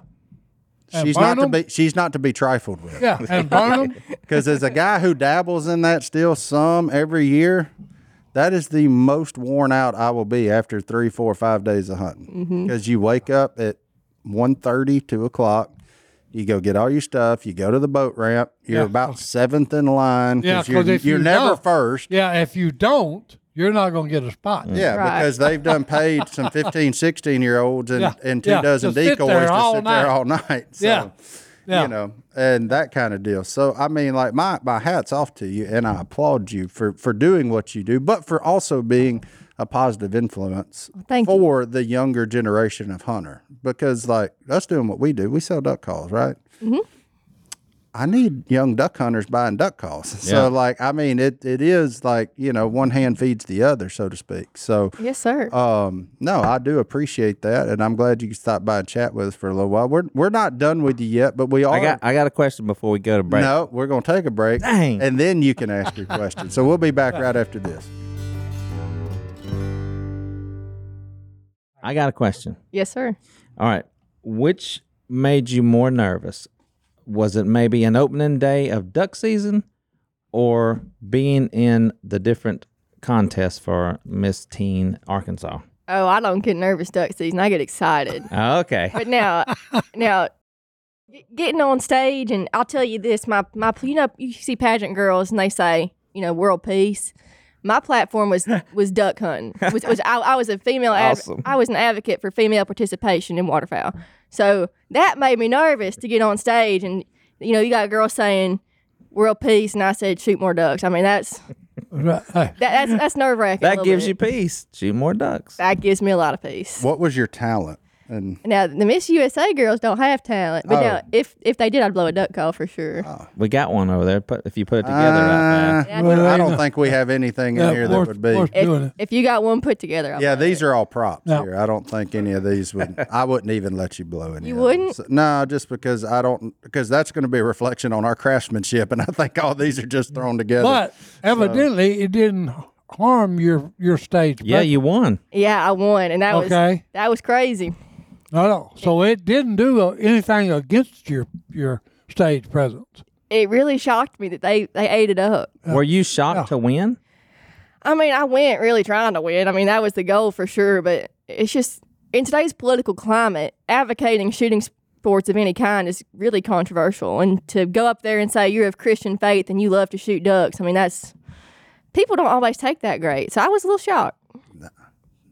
Speaker 1: And
Speaker 3: she's not to
Speaker 1: Barnum?
Speaker 3: be, she's not to be trifled with.
Speaker 1: Yeah. And Barnum.
Speaker 3: Because as a guy who dabbles in that still some every year, that is the most worn out I will be after three, four, five days of
Speaker 1: Mm-hmm.
Speaker 3: hunting. Because you wake up at 1.30, 2 o'clock. You go get all your stuff. You go to the boat ramp. You're
Speaker 1: Yeah.
Speaker 3: about seventh in line.
Speaker 1: Yeah,
Speaker 3: 'cause you're,
Speaker 1: 'cause if
Speaker 3: you're
Speaker 1: you
Speaker 3: never
Speaker 1: don't-
Speaker 3: first. Mm.
Speaker 1: yeah. If you don't, you're not going to get a spot.
Speaker 3: Yeah,
Speaker 5: Right.
Speaker 3: because they've done paid some 15, 16 year olds and,
Speaker 1: Yeah,
Speaker 3: and two
Speaker 1: yeah, to
Speaker 3: dozen
Speaker 1: sit
Speaker 3: decoys
Speaker 1: there
Speaker 3: to
Speaker 1: all
Speaker 3: sit
Speaker 1: night.
Speaker 3: there all night. So,
Speaker 1: Yeah, yeah.
Speaker 3: you know, and that kind of deal. So, I mean, like my, my hat's off to you and I applaud you for, for doing what you do, but for also being a positive influence
Speaker 5: thank you.
Speaker 3: for the younger generation of hunter. Because like us doing what we do, we sell duck calls, right?
Speaker 5: Mm-hmm.
Speaker 3: I need young duck hunters buying duck calls. So
Speaker 4: Yeah.
Speaker 3: like, I mean, it, it is like, you know, one hand feeds the other, so to speak. So
Speaker 5: Yes, sir.
Speaker 3: um, no, I do appreciate that, and I'm glad you could stop by and chat with us for a little while. We're we're not done with you yet, but we are.
Speaker 4: I got I got a question before we go to break.
Speaker 3: No, we're gonna take a break,
Speaker 4: Dang.
Speaker 3: and then you can ask your question. So we'll be back right after this.
Speaker 4: I got a question.
Speaker 5: yes, sir.
Speaker 4: All right, which made you more nervous? Was it maybe an opening day of duck season, or being in the different contests for Miss Teen Arkansas?
Speaker 5: Oh, I don't get nervous duck season. I get excited.
Speaker 4: Okay,
Speaker 5: But now, now, g- getting on stage, and I'll tell you this: my my, you know, you see pageant girls, and they say, you know, world peace. My platform was was duck hunting. Was, was I, I was a female. adv-
Speaker 4: Awesome.
Speaker 5: I was an advocate for female participation in waterfowl. So that made me nervous to get on stage, and you know, you got girls saying world peace, and I said shoot more ducks. I mean, that's
Speaker 1: Right. Hey,
Speaker 5: that, that's that's nerve wracking.
Speaker 4: that gives you peace. Shoot more ducks.
Speaker 5: That gives me a lot of peace.
Speaker 3: What was your talent? And
Speaker 5: Now the Miss USA girls don't have talent, but
Speaker 3: Oh.
Speaker 5: now if if they did, I'd blow a duck call for sure.
Speaker 4: We got one over there. Put if you put it together right
Speaker 5: Yeah, I
Speaker 1: well,
Speaker 5: do.
Speaker 3: uh, I
Speaker 1: ain't
Speaker 3: don't
Speaker 1: no-
Speaker 3: think we have anything in
Speaker 1: Yeah,
Speaker 3: here that
Speaker 1: worth-
Speaker 3: would be.
Speaker 1: worth doing
Speaker 5: if,
Speaker 1: it.
Speaker 5: if you got one put together, I'll
Speaker 3: Yeah,
Speaker 5: blow it.
Speaker 3: these are all props
Speaker 1: No.
Speaker 3: here. I don't think any of these would. I wouldn't even let you blow any.
Speaker 5: You
Speaker 3: of them.
Speaker 5: wouldn't?
Speaker 3: So- no, just because I don't. Because that's going to be a reflection on our craftsmanship, and I think all these are just thrown together.
Speaker 1: but evidently, it didn't harm your your stage.
Speaker 4: there. Yeah, you won.
Speaker 5: yeah, I won, and that was
Speaker 1: Okay.
Speaker 5: that was crazy.
Speaker 1: No, no. So it didn't do anything against your your stage presence.
Speaker 5: It really shocked me that they they ate it up.
Speaker 4: Were you shocked to win?
Speaker 5: I mean, I went really trying to win. I mean, that was the goal for sure. But it's just in today's political climate, advocating shooting sports of any kind is really controversial. And to go up there and say you're of Christian faith and you love to shoot ducks, I mean, that's people don't always take that great. So I was a little shocked.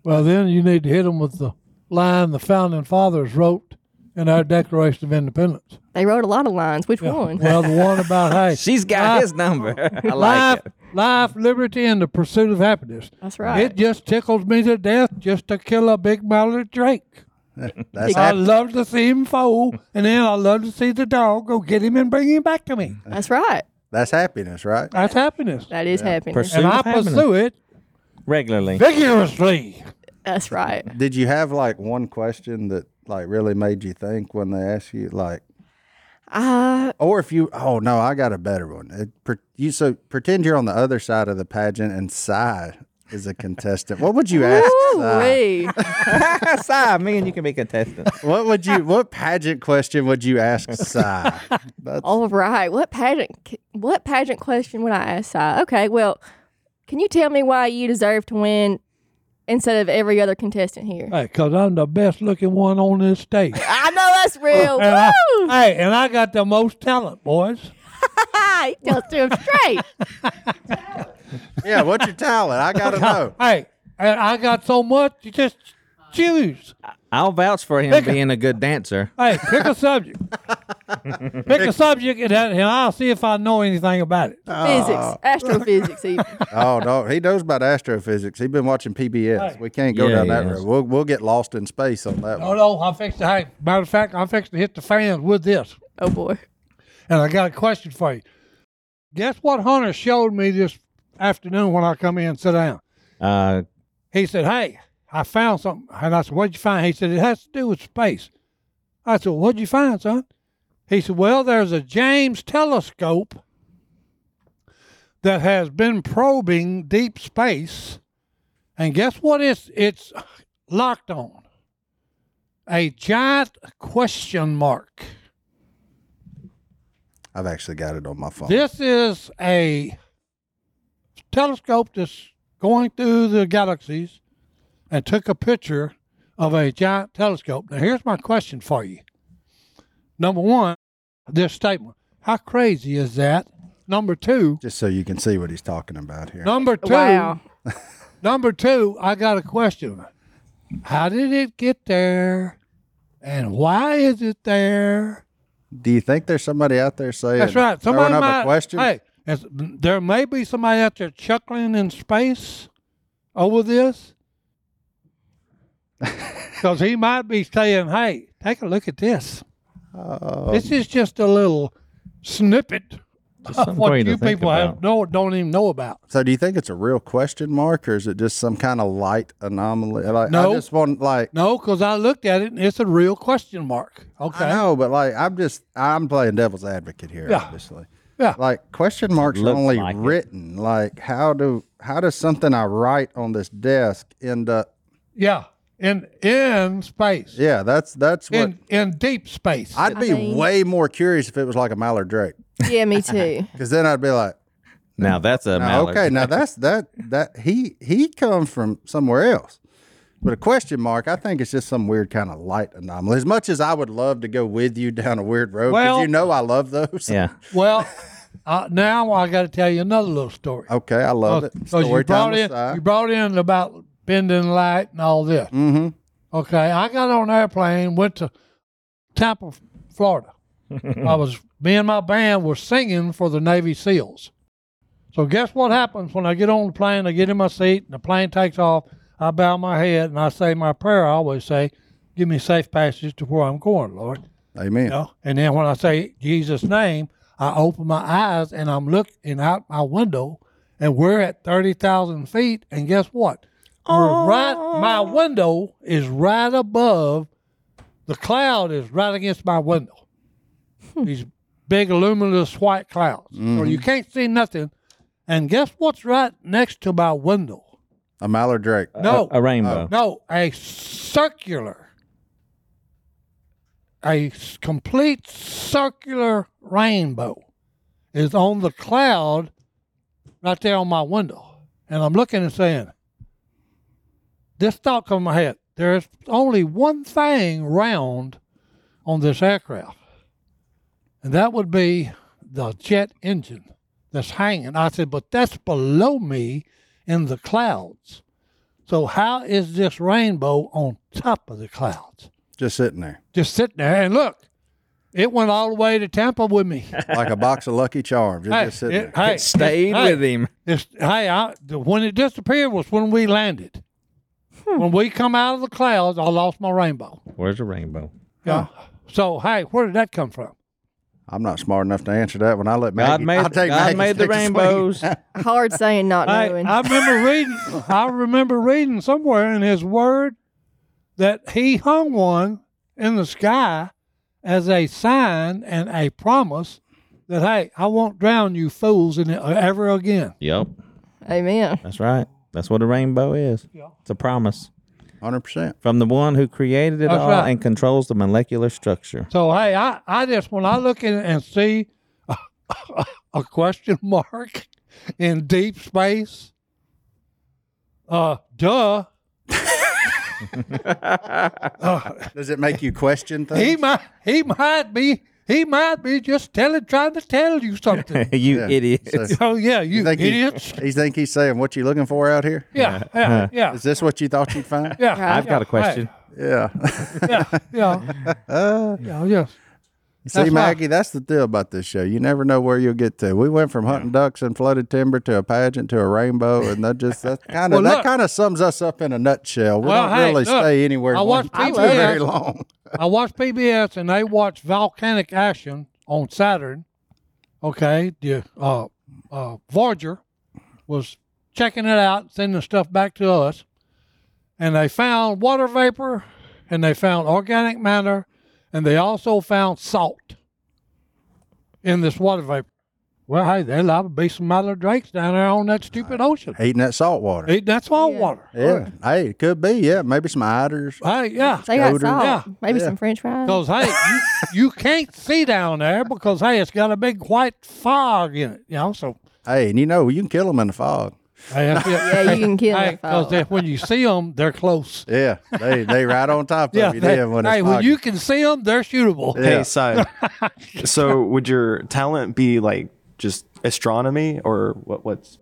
Speaker 1: Well, then you need to hit them with the line the founding fathers wrote in our Declaration of Independence.
Speaker 5: They wrote a lot of lines. Which one?
Speaker 1: Well, the one about hey,
Speaker 4: She's got his number. Uh, I like
Speaker 1: life,
Speaker 4: it.
Speaker 1: life, liberty, and the pursuit of happiness.
Speaker 5: That's right.
Speaker 1: It just tickles me to death just to kill a big mallard drake.
Speaker 3: that's
Speaker 1: I
Speaker 3: hap-
Speaker 1: love to see him fall, and then I love to see the dog go get him and bring him back to me.
Speaker 5: That's right.
Speaker 3: that's happiness, right?
Speaker 1: That's happiness.
Speaker 5: That is happiness.
Speaker 4: Pursuit
Speaker 1: And I
Speaker 4: of happiness.
Speaker 1: pursue it
Speaker 4: regularly.
Speaker 1: vigorously.
Speaker 5: That's right.
Speaker 3: Did you have like one question that like really made you think when they asked you like,
Speaker 5: Uh,
Speaker 3: or if you? Oh no, I got a better one. It, pre, you so pretend you're on the other side of the pageant and sigh is a contestant. What would you ask? Cy?
Speaker 5: wee.
Speaker 4: Si, me and you can be contestants.
Speaker 3: What would you? What pageant question would you ask? Sigh. That's
Speaker 5: All right. What pageant? What pageant question would I ask? Si? Okay. Well, can you tell me why you deserve to win instead of every other contestant here.
Speaker 1: Hey, cause I'm the best looking one on this stage.
Speaker 5: I know that's real.
Speaker 1: And I,
Speaker 5: Woo!
Speaker 1: hey, and I got the most talent, boys.
Speaker 5: Hi, tells to him straight.
Speaker 3: Yeah, what's your talent? I gotta know.
Speaker 1: Hey, and I got so much, you just choose.
Speaker 4: I'll vouch for him being a good dancer.
Speaker 1: Hey, pick a subject. pick a subject, and, and I'll see if I know anything about it.
Speaker 5: Physics, astrophysics, even.
Speaker 3: Oh no, he knows about astrophysics. He's been watching PBS. We can't go
Speaker 4: Yeah,
Speaker 3: down
Speaker 4: he
Speaker 3: that
Speaker 4: has.
Speaker 3: road. We'll we'll get lost in space on that
Speaker 1: Oh
Speaker 3: one.
Speaker 1: no, I'm fixing. Hey, matter of fact, I'm fixing to hit the fan with this,
Speaker 5: Oh boy.
Speaker 1: and I got a question for you. Guess what Hunter showed me this afternoon when I come in and sit down.
Speaker 4: Uh,
Speaker 1: He said, "Hey, I found something," and I said, "What'd you find?" He said, "It has to do with space." I said, "What'd you find, son?" He said, "Well, there's a James telescope that has been probing deep space, and guess what? It's it's locked on a giant question mark.
Speaker 3: I've actually got it on my phone.
Speaker 1: This is a telescope that's going through the galaxies and took a picture of a giant telescope. Now, here's my question for you. Number one, this statement. How crazy is that? Number two,
Speaker 3: Just so you can see what he's talking about here.
Speaker 1: number two,
Speaker 5: Wow.
Speaker 1: number two, I got a question. How did it get there? And why is it there?
Speaker 3: Do you think there's somebody out there saying
Speaker 1: That's right.
Speaker 3: throwing
Speaker 1: Somebody
Speaker 3: up
Speaker 1: might,
Speaker 3: a question?
Speaker 1: Hey, it's- there may be somebody out there chuckling in space over this. Because he might be saying, hey, take a look at this. this is just a little snippet of
Speaker 4: something for
Speaker 1: what
Speaker 4: you to
Speaker 1: you
Speaker 4: think
Speaker 1: people have
Speaker 4: about.
Speaker 1: no, don't even know about.
Speaker 3: So do you think it's a real question mark or is it just some kind of light anomaly? Like
Speaker 1: No.
Speaker 3: I just want like
Speaker 1: No, because I looked at it and it's a real question mark. Okay.
Speaker 3: I know, but like I'm just I'm playing devil's advocate here,
Speaker 1: Yeah.
Speaker 3: obviously.
Speaker 1: Yeah.
Speaker 3: Like question marks are
Speaker 4: looks
Speaker 3: only
Speaker 4: like it.
Speaker 3: written. Like how do how does something I write on this desk end up
Speaker 1: Yeah. In in space.
Speaker 3: Yeah, that's that's what
Speaker 1: In in deep space.
Speaker 3: I'd be
Speaker 5: mean-
Speaker 3: way more curious if it was like a Mallard Drake.
Speaker 5: Yeah, me too.
Speaker 3: Because then I'd be like,
Speaker 4: now that's a
Speaker 3: now,
Speaker 4: mallard.
Speaker 3: okay, now that's that that he he come from somewhere else. But a question mark, I think it's just some weird kind of light anomaly. As much as I would love to go with you down a weird road, because
Speaker 1: Well-
Speaker 3: you know I love those.
Speaker 4: Yeah.
Speaker 1: Well, uh, now I got to tell you another little story.
Speaker 3: Okay, I love it.
Speaker 1: Because Oh, you
Speaker 3: Story
Speaker 1: brought
Speaker 3: time
Speaker 1: in,
Speaker 3: aside.
Speaker 1: you brought in about bending light and all this. Mm-hmm. Okay, I got on an airplane, went to Tampa, Florida. I was me and my band were singing for the Navy SEALs. So guess what happens when I get on the plane? I get in my seat and the plane takes off. I bow my head and I say my prayer. I always say, "Give me safe passage to where I'm going, Lord."
Speaker 3: Amen.
Speaker 1: You know? And then when I say Jesus' name, I open my eyes and I'm looking out my window, and we're at thirty thousand feet. And guess what? We're right. My window is right above. The cloud is right against my window. These big luminous white clouds, so you can't see nothing. And guess what's right next to my window?
Speaker 3: A Mallard Drake.
Speaker 1: No,
Speaker 4: A rainbow.
Speaker 1: no, a circular, a s- complete circular rainbow is on the cloud right there on my window. And I'm looking and saying, this thought come in my head. There's only one thing round on this aircraft, and that would be the jet engine that's hanging. I said, but that's below me in the clouds. So how is this rainbow on top of the clouds?
Speaker 3: Just sitting there.
Speaker 1: Just sitting there and look, it went all the way to Tampa with me.
Speaker 3: Like a box of Lucky Charms. It's
Speaker 1: Hey,
Speaker 3: just sitting
Speaker 1: it-
Speaker 3: there.
Speaker 1: hey,
Speaker 4: Stayed
Speaker 1: hey,
Speaker 4: with him.
Speaker 1: It's, hey, I, the, when it disappeared was when we landed. When we come out of the clouds, I lost my rainbow.
Speaker 4: Where's the rainbow?
Speaker 1: Yeah. So hey, where did that come from?
Speaker 3: I'm not smart enough to answer that when I let Maggie.
Speaker 4: God made,
Speaker 3: I'll take
Speaker 4: God
Speaker 3: Maggie's
Speaker 4: made the
Speaker 3: next swing.
Speaker 4: rainbows.
Speaker 5: Hard saying not
Speaker 1: I,
Speaker 5: knowing.
Speaker 1: I remember reading. I remember reading somewhere in his word that he hung one in the sky as a sign and a promise that hey, I won't drown you fools in it ever again.
Speaker 4: yep.
Speaker 5: Amen.
Speaker 4: That's right. That's what a rainbow is. It's a promise
Speaker 3: 100%.
Speaker 4: from the one who created it
Speaker 1: That's
Speaker 4: all
Speaker 1: right.
Speaker 4: and controls the molecular structure.
Speaker 1: So hey, I, I just when I look in and see a, question mark in deep space, uh, duh,
Speaker 3: Does it make you question things?
Speaker 1: He might he might be he might be just telling trying to tell you something.
Speaker 4: you
Speaker 3: Yeah.
Speaker 4: idiot.
Speaker 3: So-
Speaker 1: oh yeah, you,
Speaker 3: think he-
Speaker 1: idiots.
Speaker 3: You think he's saying what you looking for out here?
Speaker 1: yeah, yeah, yeah.
Speaker 3: Is this what you thought you'd find?
Speaker 1: yeah,
Speaker 4: I've got a question.
Speaker 3: yeah.
Speaker 1: Yeah, yeah, yeah, yes.
Speaker 3: See,
Speaker 1: That's why-
Speaker 3: Maggie, that's the deal about this show. You never know where you'll get to. We went from hunting ducks and flooded timber to a pageant to a rainbow, and that just that kind of
Speaker 1: Well,
Speaker 3: that
Speaker 1: look-
Speaker 3: kind of sums us up in a nutshell. We
Speaker 1: Well,
Speaker 3: don't
Speaker 1: hey,
Speaker 3: really
Speaker 1: look,
Speaker 3: stay anywhere
Speaker 1: I
Speaker 3: one-
Speaker 1: watched
Speaker 3: too
Speaker 1: PBS.
Speaker 3: very long.
Speaker 1: I watch PBS and they watch volcanic action on Saturn. Okay, the uh, uh, Voyager was checking it out, sending stuff back to us, and they found water vapor, and they found organic matter, and they also found salt in this water vapor. Well, hey, there's liable to be some other drakes down there on that stupid ocean.
Speaker 3: Eating that salt water.
Speaker 1: Eat that salt
Speaker 5: Yeah.
Speaker 1: water.
Speaker 3: Yeah. Hey, it could be. Yeah. Maybe some eiders.
Speaker 1: Hey, yeah.
Speaker 5: They got
Speaker 3: Odor.
Speaker 5: salt.
Speaker 1: Yeah.
Speaker 5: Maybe
Speaker 3: Yeah.
Speaker 5: some French fries.
Speaker 1: Because hey, you, you can't see down there because hey, it's got a big white fog in it. You know, so
Speaker 3: Hey, and you know, you can kill them in the fog.
Speaker 1: hey, that's it.
Speaker 5: Yeah, you can kill
Speaker 1: hey,
Speaker 5: them.
Speaker 1: because when you see them, they're close.
Speaker 3: Yeah. They they right on top of
Speaker 1: Yeah,
Speaker 3: you
Speaker 1: they-
Speaker 3: then when it's
Speaker 1: hey, when
Speaker 3: foggy.
Speaker 1: you can see them, they're shootable.
Speaker 3: Yeah.
Speaker 6: Hey, side. so, would your talent be like just astronomy, or what? What's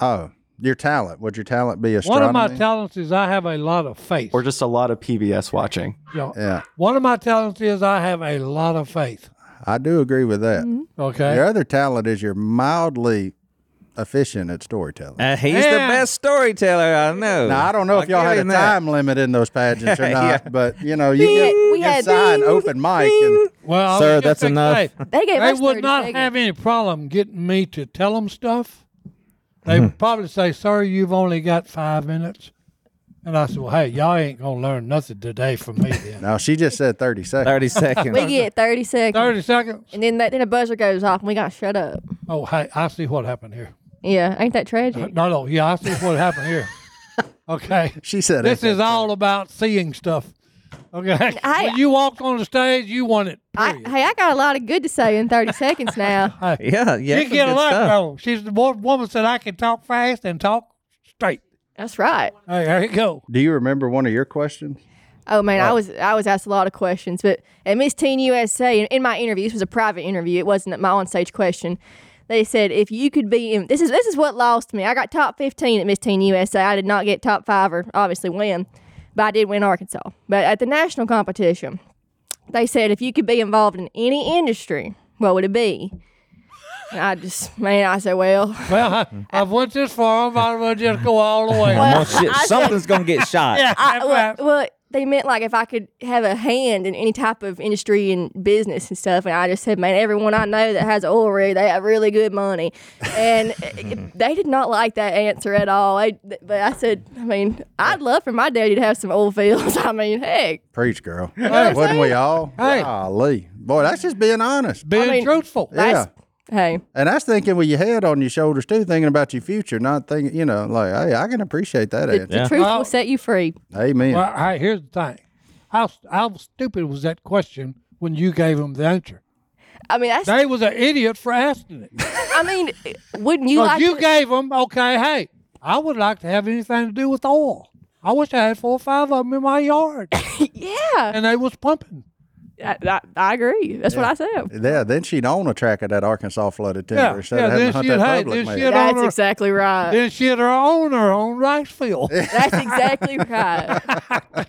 Speaker 3: Oh, your talent. Would your talent be
Speaker 1: One
Speaker 3: astronomy?
Speaker 1: of my talents is I have a lot of faith.
Speaker 6: or just a lot of PBS watching?
Speaker 1: You know,
Speaker 3: yeah,
Speaker 1: One of my talents is I have a lot of faith.
Speaker 3: I do agree with that.
Speaker 1: Mm-hmm. Okay.
Speaker 3: Your other talent is you're mildly efficient at storytelling.
Speaker 4: Uh, he's the
Speaker 1: Yeah.
Speaker 4: best storyteller I know.
Speaker 3: Now I don't know
Speaker 4: I'll
Speaker 3: if y'all
Speaker 4: give
Speaker 3: had a
Speaker 4: him that.
Speaker 3: time limit in those pageants or
Speaker 4: Yeah.
Speaker 3: not, but you know you
Speaker 5: We
Speaker 3: get
Speaker 5: had- we had
Speaker 3: inside
Speaker 5: ding,
Speaker 3: open mic and
Speaker 1: Well, I was
Speaker 4: Sir,
Speaker 1: just
Speaker 4: that's
Speaker 1: gonna say,
Speaker 5: They gave
Speaker 1: they
Speaker 5: us
Speaker 1: would
Speaker 5: 30
Speaker 1: not
Speaker 5: seconds.
Speaker 1: have any problem getting me to tell them stuff. They
Speaker 4: Hmm.
Speaker 1: would probably say, "Sir, you've only got five minutes," and I said, "Well, hey, y'all ain't gonna learn nothing today from me then."
Speaker 3: no, she just said thirty seconds.
Speaker 4: Thirty seconds.
Speaker 5: We get 30 seconds.
Speaker 1: Thirty seconds.
Speaker 5: And then, that, then a buzzer goes off and we got to shut up.
Speaker 1: Oh, hey, I see what happened here.
Speaker 5: Yeah, ain't that tragic?
Speaker 1: No, no, yeah, I see what happened here. Okay,
Speaker 3: She said
Speaker 1: this
Speaker 3: it.
Speaker 1: is all about seeing stuff. Okay,
Speaker 5: I-
Speaker 1: when you walked on the stage, you won it.
Speaker 5: I,
Speaker 1: period.
Speaker 5: hey, I got a lot of good to say in 30 seconds now.
Speaker 1: you
Speaker 4: yeah, yeah. some
Speaker 1: get a
Speaker 4: good
Speaker 1: lot
Speaker 4: stuff.
Speaker 1: though. She's the one woman said I can talk fast and talk straight.
Speaker 5: That's right.
Speaker 1: Hey, there you go.
Speaker 3: Do you remember one of your questions?
Speaker 5: Oh man, I was I was asked a lot of questions, but at Miss Teen USA in, in my interview, this was a private interview. It wasn't my on-stage question. They said if you could be in this is this is what lost me. I got top fifteen at Miss Teen USA. I did not get top five or obviously win, but I did win Arkansas. But at the national competition, they said if you could be involved in any industry, what would it be? And I just man, I said, well,
Speaker 1: Well, Uh-huh. I, I've went this far. I might as well just go all the way.
Speaker 4: Come on, shit, something's gonna get shot.
Speaker 1: yeah,
Speaker 5: I,
Speaker 1: that's
Speaker 5: well,
Speaker 1: right.
Speaker 5: well, they meant like if I could have a hand in any type of industry and business and stuff. And I just said, man, everyone I know that has an oil rig, they have really good money. And it- they did not like that answer at all. I, but I said, I mean, I'd love for my daddy to have some oil fields. I mean, heck,
Speaker 3: Preach, girl. Hey, wouldn't we all?
Speaker 1: Hey.
Speaker 3: Golly. Boy, that's just being honest.
Speaker 1: being
Speaker 5: mean-
Speaker 1: truthful.
Speaker 3: Yeah.
Speaker 5: that's, hey,
Speaker 3: And that's thinking with your head on your shoulders too, thinking about your future, not thinking, you know, like, hey, I can appreciate that
Speaker 5: the,
Speaker 3: answer.
Speaker 5: the
Speaker 4: Yeah.
Speaker 5: truth
Speaker 1: Well-
Speaker 5: will set you free.
Speaker 3: Amen.
Speaker 1: Well, all right, here's the thing. How how stupid was that question when you gave them the answer?
Speaker 5: I mean, that's,
Speaker 1: They was an idiot for asking it.
Speaker 5: I mean, wouldn't you
Speaker 1: So
Speaker 5: like
Speaker 1: you
Speaker 5: to-
Speaker 1: gave them, okay, hey, I would like to have anything to do with oil. I wish I had four or five of them in my yard,
Speaker 5: yeah,
Speaker 1: and they was pumping.
Speaker 5: I, I, I agree. That's what I said.
Speaker 3: yeah, then she'd own a track of that Arkansas flooded timber
Speaker 1: Yeah,
Speaker 3: instead
Speaker 1: yeah,
Speaker 3: of having to
Speaker 1: then she'd-
Speaker 3: hunt that
Speaker 1: hey,
Speaker 3: public
Speaker 1: then
Speaker 3: man.
Speaker 1: she'd-
Speaker 5: That's
Speaker 1: on her-
Speaker 5: exactly right.
Speaker 1: Then she had her own her own rice field.
Speaker 5: That's exactly right.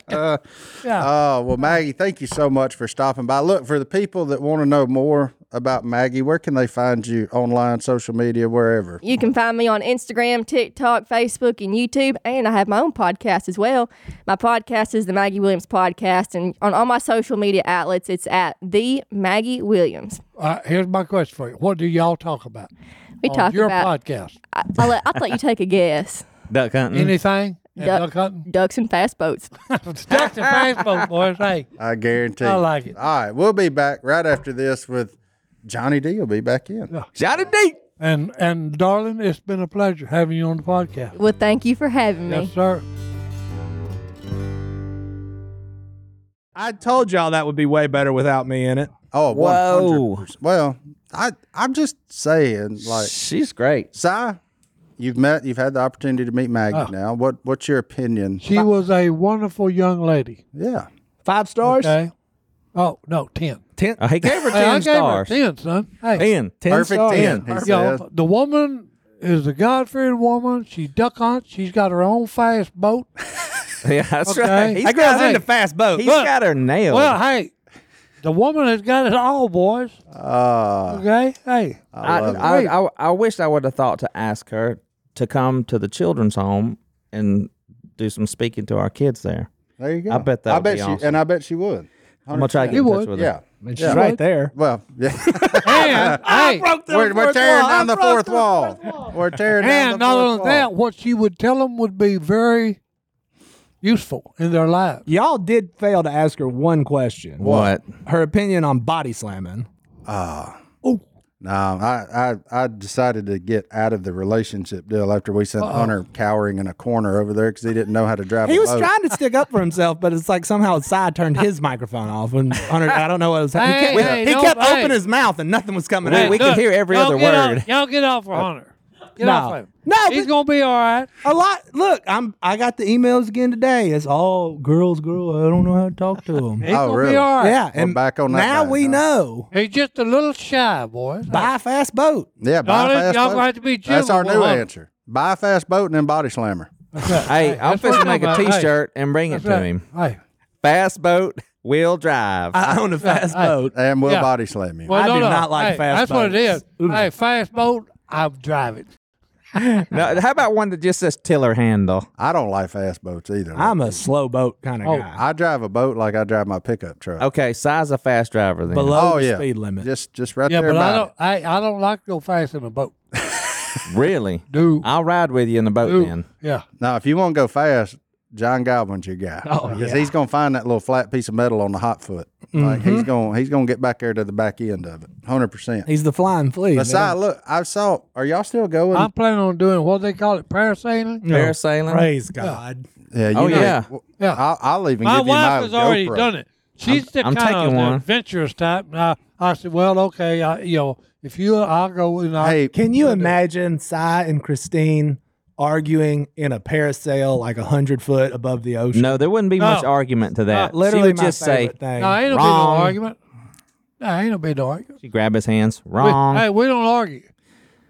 Speaker 1: Yeah.
Speaker 5: Uh,
Speaker 3: Oh, well, Maggie, thank you so much for stopping by. Look, for the people that want to know more about Maggie, where can they find you online, social media, wherever?
Speaker 5: You can find me on Instagram, TikTok, Facebook, and YouTube. And I have my own podcast as well. My podcast is the Maggie Williams Podcast. And on all my social media outlets, it's at the Maggie Williams.
Speaker 1: All right, here's my question for you: What do y'all talk about
Speaker 5: We
Speaker 1: on
Speaker 5: talk
Speaker 1: your
Speaker 5: about.
Speaker 1: podcast?
Speaker 5: I, I'll, let, I'll let you take a guess.
Speaker 4: Duck hunting.
Speaker 1: Anything? And
Speaker 5: Duck-
Speaker 1: duck hunting?
Speaker 5: Ducks and fast boats.
Speaker 1: Duck and fastball, boys. Hey,
Speaker 3: I guarantee.
Speaker 1: I like it.
Speaker 3: All right, we'll be back right after this with Johnny D. will be back in.
Speaker 4: Shot it deep.
Speaker 1: and and darling, it's been a pleasure having you on the podcast.
Speaker 5: Well, thank you for having me.
Speaker 1: Yes, sir.
Speaker 2: I told y'all that would be way better without me in it.
Speaker 3: Oh,
Speaker 4: Whoa.
Speaker 3: 100%. Well, I, I'm just saying, like,
Speaker 4: She's great.
Speaker 3: Si, You've met. You've had the opportunity to meet Maggie now. What What's your opinion?
Speaker 1: Ah. She was a wonderful young lady.
Speaker 3: Yeah.
Speaker 2: Five stars.
Speaker 1: Okay. Oh no, ten.
Speaker 4: Ten. uh, he gave her ten
Speaker 1: Hey, I gave
Speaker 4: stars.
Speaker 1: her ten, son. Hey,
Speaker 4: Ten. Ten
Speaker 3: Perfect
Speaker 4: stars.
Speaker 3: 10. He
Speaker 1: Yo,
Speaker 3: said.
Speaker 1: the woman is a God fearing woman. She duck hunt. She's got her own fast boat.
Speaker 4: Yeah, that's
Speaker 1: Okay.
Speaker 4: right. He's
Speaker 1: That
Speaker 4: got
Speaker 1: girl's
Speaker 4: her-
Speaker 1: into
Speaker 4: fast boat. He's
Speaker 1: Look.
Speaker 4: got her nailed.
Speaker 1: Well, hey, the woman has got it all, boys.
Speaker 3: Uh,
Speaker 1: Okay, hey,
Speaker 4: I, I, I, I wish I would have thought to ask her to come to the children's home and do some speaking to our kids there.
Speaker 3: there you go.
Speaker 4: I bet that
Speaker 3: I
Speaker 4: would
Speaker 3: bet
Speaker 4: be
Speaker 3: she
Speaker 4: awesome.
Speaker 3: and I bet she would.
Speaker 4: I'm gonna try to get in
Speaker 1: You
Speaker 4: touch
Speaker 1: would,
Speaker 4: with her.
Speaker 3: Yeah.
Speaker 2: And she's
Speaker 3: Yeah.
Speaker 2: right there.
Speaker 3: Well, yeah.
Speaker 1: and hey,
Speaker 3: we're, we're tearing down the fourth wall. We're tearing down
Speaker 1: and
Speaker 3: the
Speaker 1: not
Speaker 3: fourth
Speaker 1: only
Speaker 3: wall.
Speaker 1: that, what she would tell them would be very useful in their lives.
Speaker 2: Y'all did fail to ask her one question.
Speaker 4: What?
Speaker 2: Her opinion on body slamming.
Speaker 3: No, I, I I decided to get out of the relationship deal after we sent Hunter cowering in a corner over there because he didn't know how to drive.
Speaker 2: He
Speaker 3: a
Speaker 2: was
Speaker 3: boat.
Speaker 2: trying to stick up for himself, but it's like somehow Cy turned his microphone off. And Hunter, I don't know what was happening. He
Speaker 1: Hey,
Speaker 2: kept,
Speaker 1: hey,
Speaker 2: he
Speaker 1: don't-
Speaker 2: kept
Speaker 1: hey.
Speaker 2: opening his mouth and nothing was coming
Speaker 4: Hey,
Speaker 2: out.
Speaker 4: we could hear every
Speaker 1: Y'all
Speaker 4: other
Speaker 1: get off-
Speaker 4: word.
Speaker 1: y'all get off for Hunter. Get
Speaker 2: No.
Speaker 1: off him.
Speaker 2: No,
Speaker 1: he's
Speaker 2: but-
Speaker 1: gonna be all right.
Speaker 2: a lot. Look, I'm. I got the emails again today. It's all girls, girl. I don't know how to talk to them.
Speaker 1: He's
Speaker 3: Oh,
Speaker 1: gonna
Speaker 3: really?
Speaker 1: be all right.
Speaker 2: yeah,
Speaker 3: We're
Speaker 2: and
Speaker 3: back on that
Speaker 2: now
Speaker 3: bad,
Speaker 2: we
Speaker 3: huh?
Speaker 2: know.
Speaker 1: He's just a little shy, boys.
Speaker 2: Buy a fast boat.
Speaker 3: Yeah, buy a
Speaker 1: Y'all-
Speaker 3: fast
Speaker 1: y'all
Speaker 3: boat.
Speaker 1: gonna have to be
Speaker 3: That's our
Speaker 1: gentle
Speaker 3: new
Speaker 1: with Hunter.
Speaker 3: answer. Buy a fast boat and then body slammer.
Speaker 4: Hey, I'm
Speaker 1: that's what
Speaker 4: fixing to
Speaker 1: I'm
Speaker 4: make a
Speaker 1: about. Hey.
Speaker 4: T-shirt and bring
Speaker 1: That's
Speaker 4: it to
Speaker 1: right.
Speaker 4: him.
Speaker 1: Hey,
Speaker 4: Fast boat, wheel drive.
Speaker 2: I own a fast
Speaker 1: I-
Speaker 2: boat.
Speaker 3: And we'll
Speaker 1: Yeah.
Speaker 3: body slam you.
Speaker 1: well,
Speaker 2: I
Speaker 1: no,
Speaker 2: do
Speaker 1: no.
Speaker 2: not like
Speaker 1: Hey,
Speaker 2: fast
Speaker 1: That's what it
Speaker 2: boats.
Speaker 1: is.
Speaker 2: Ooh.
Speaker 1: Hey, fast boat, I'm driving.
Speaker 4: no, how about one that just says tiller handle?
Speaker 3: I don't like fast boats either.
Speaker 2: I'm a slow boat kind of
Speaker 1: Oh,
Speaker 2: guy.
Speaker 3: I drive a boat like I drive my pickup truck.
Speaker 4: Okay, size a fast driver then.
Speaker 2: Below
Speaker 3: Oh
Speaker 2: the
Speaker 3: yeah,
Speaker 2: speed limit.
Speaker 3: Just just right
Speaker 1: Yeah,
Speaker 3: there.
Speaker 1: but I
Speaker 3: by
Speaker 1: don't. I, I don't like to go fast in a boat,
Speaker 4: Really?
Speaker 1: dude.
Speaker 4: I'll ride with you in the boat
Speaker 1: dude.
Speaker 4: then.
Speaker 1: Yeah,
Speaker 3: it. Now, if you want to go fast, John Godwin's your guy.
Speaker 2: Oh,
Speaker 3: because
Speaker 2: yeah.
Speaker 3: he's gonna find that little flat piece of metal on the hot foot. Like
Speaker 1: Mm-hmm.
Speaker 3: he's gonna he's gonna get back there to the back end of it. Hundred percent.
Speaker 2: He's the flying flea.
Speaker 3: But
Speaker 2: man.
Speaker 3: Si, look, I saw. Are y'all still going?
Speaker 1: I'm planning on doing what they call it parasailing.
Speaker 2: No.
Speaker 4: Parasailing?
Speaker 2: Praise God.
Speaker 3: yeah. You
Speaker 4: Oh,
Speaker 3: know-
Speaker 4: yeah.
Speaker 1: Yeah.
Speaker 3: I'll, I'll even
Speaker 1: My
Speaker 3: give you my
Speaker 1: wife has already
Speaker 3: GoPro.
Speaker 1: done it. She's the
Speaker 4: I'm
Speaker 1: kind
Speaker 4: taking
Speaker 1: of
Speaker 4: one.
Speaker 1: adventurous type. And I, I said, well, okay, I, you know, if you, I'll go and I.
Speaker 3: Hey,
Speaker 2: Can you imagine Cy and Christine arguing in a parasail like a hundred foot above the ocean?
Speaker 4: No, there wouldn't be much
Speaker 1: No.
Speaker 4: argument to that.
Speaker 2: Literally,
Speaker 4: she would
Speaker 2: my
Speaker 4: just say,
Speaker 2: favorite thing.
Speaker 1: no, ain't no big
Speaker 4: wrong.
Speaker 1: argument. No, ain't no big argument.
Speaker 4: she grab his hands.
Speaker 1: We-
Speaker 4: Wrong.
Speaker 1: hey, we don't argue.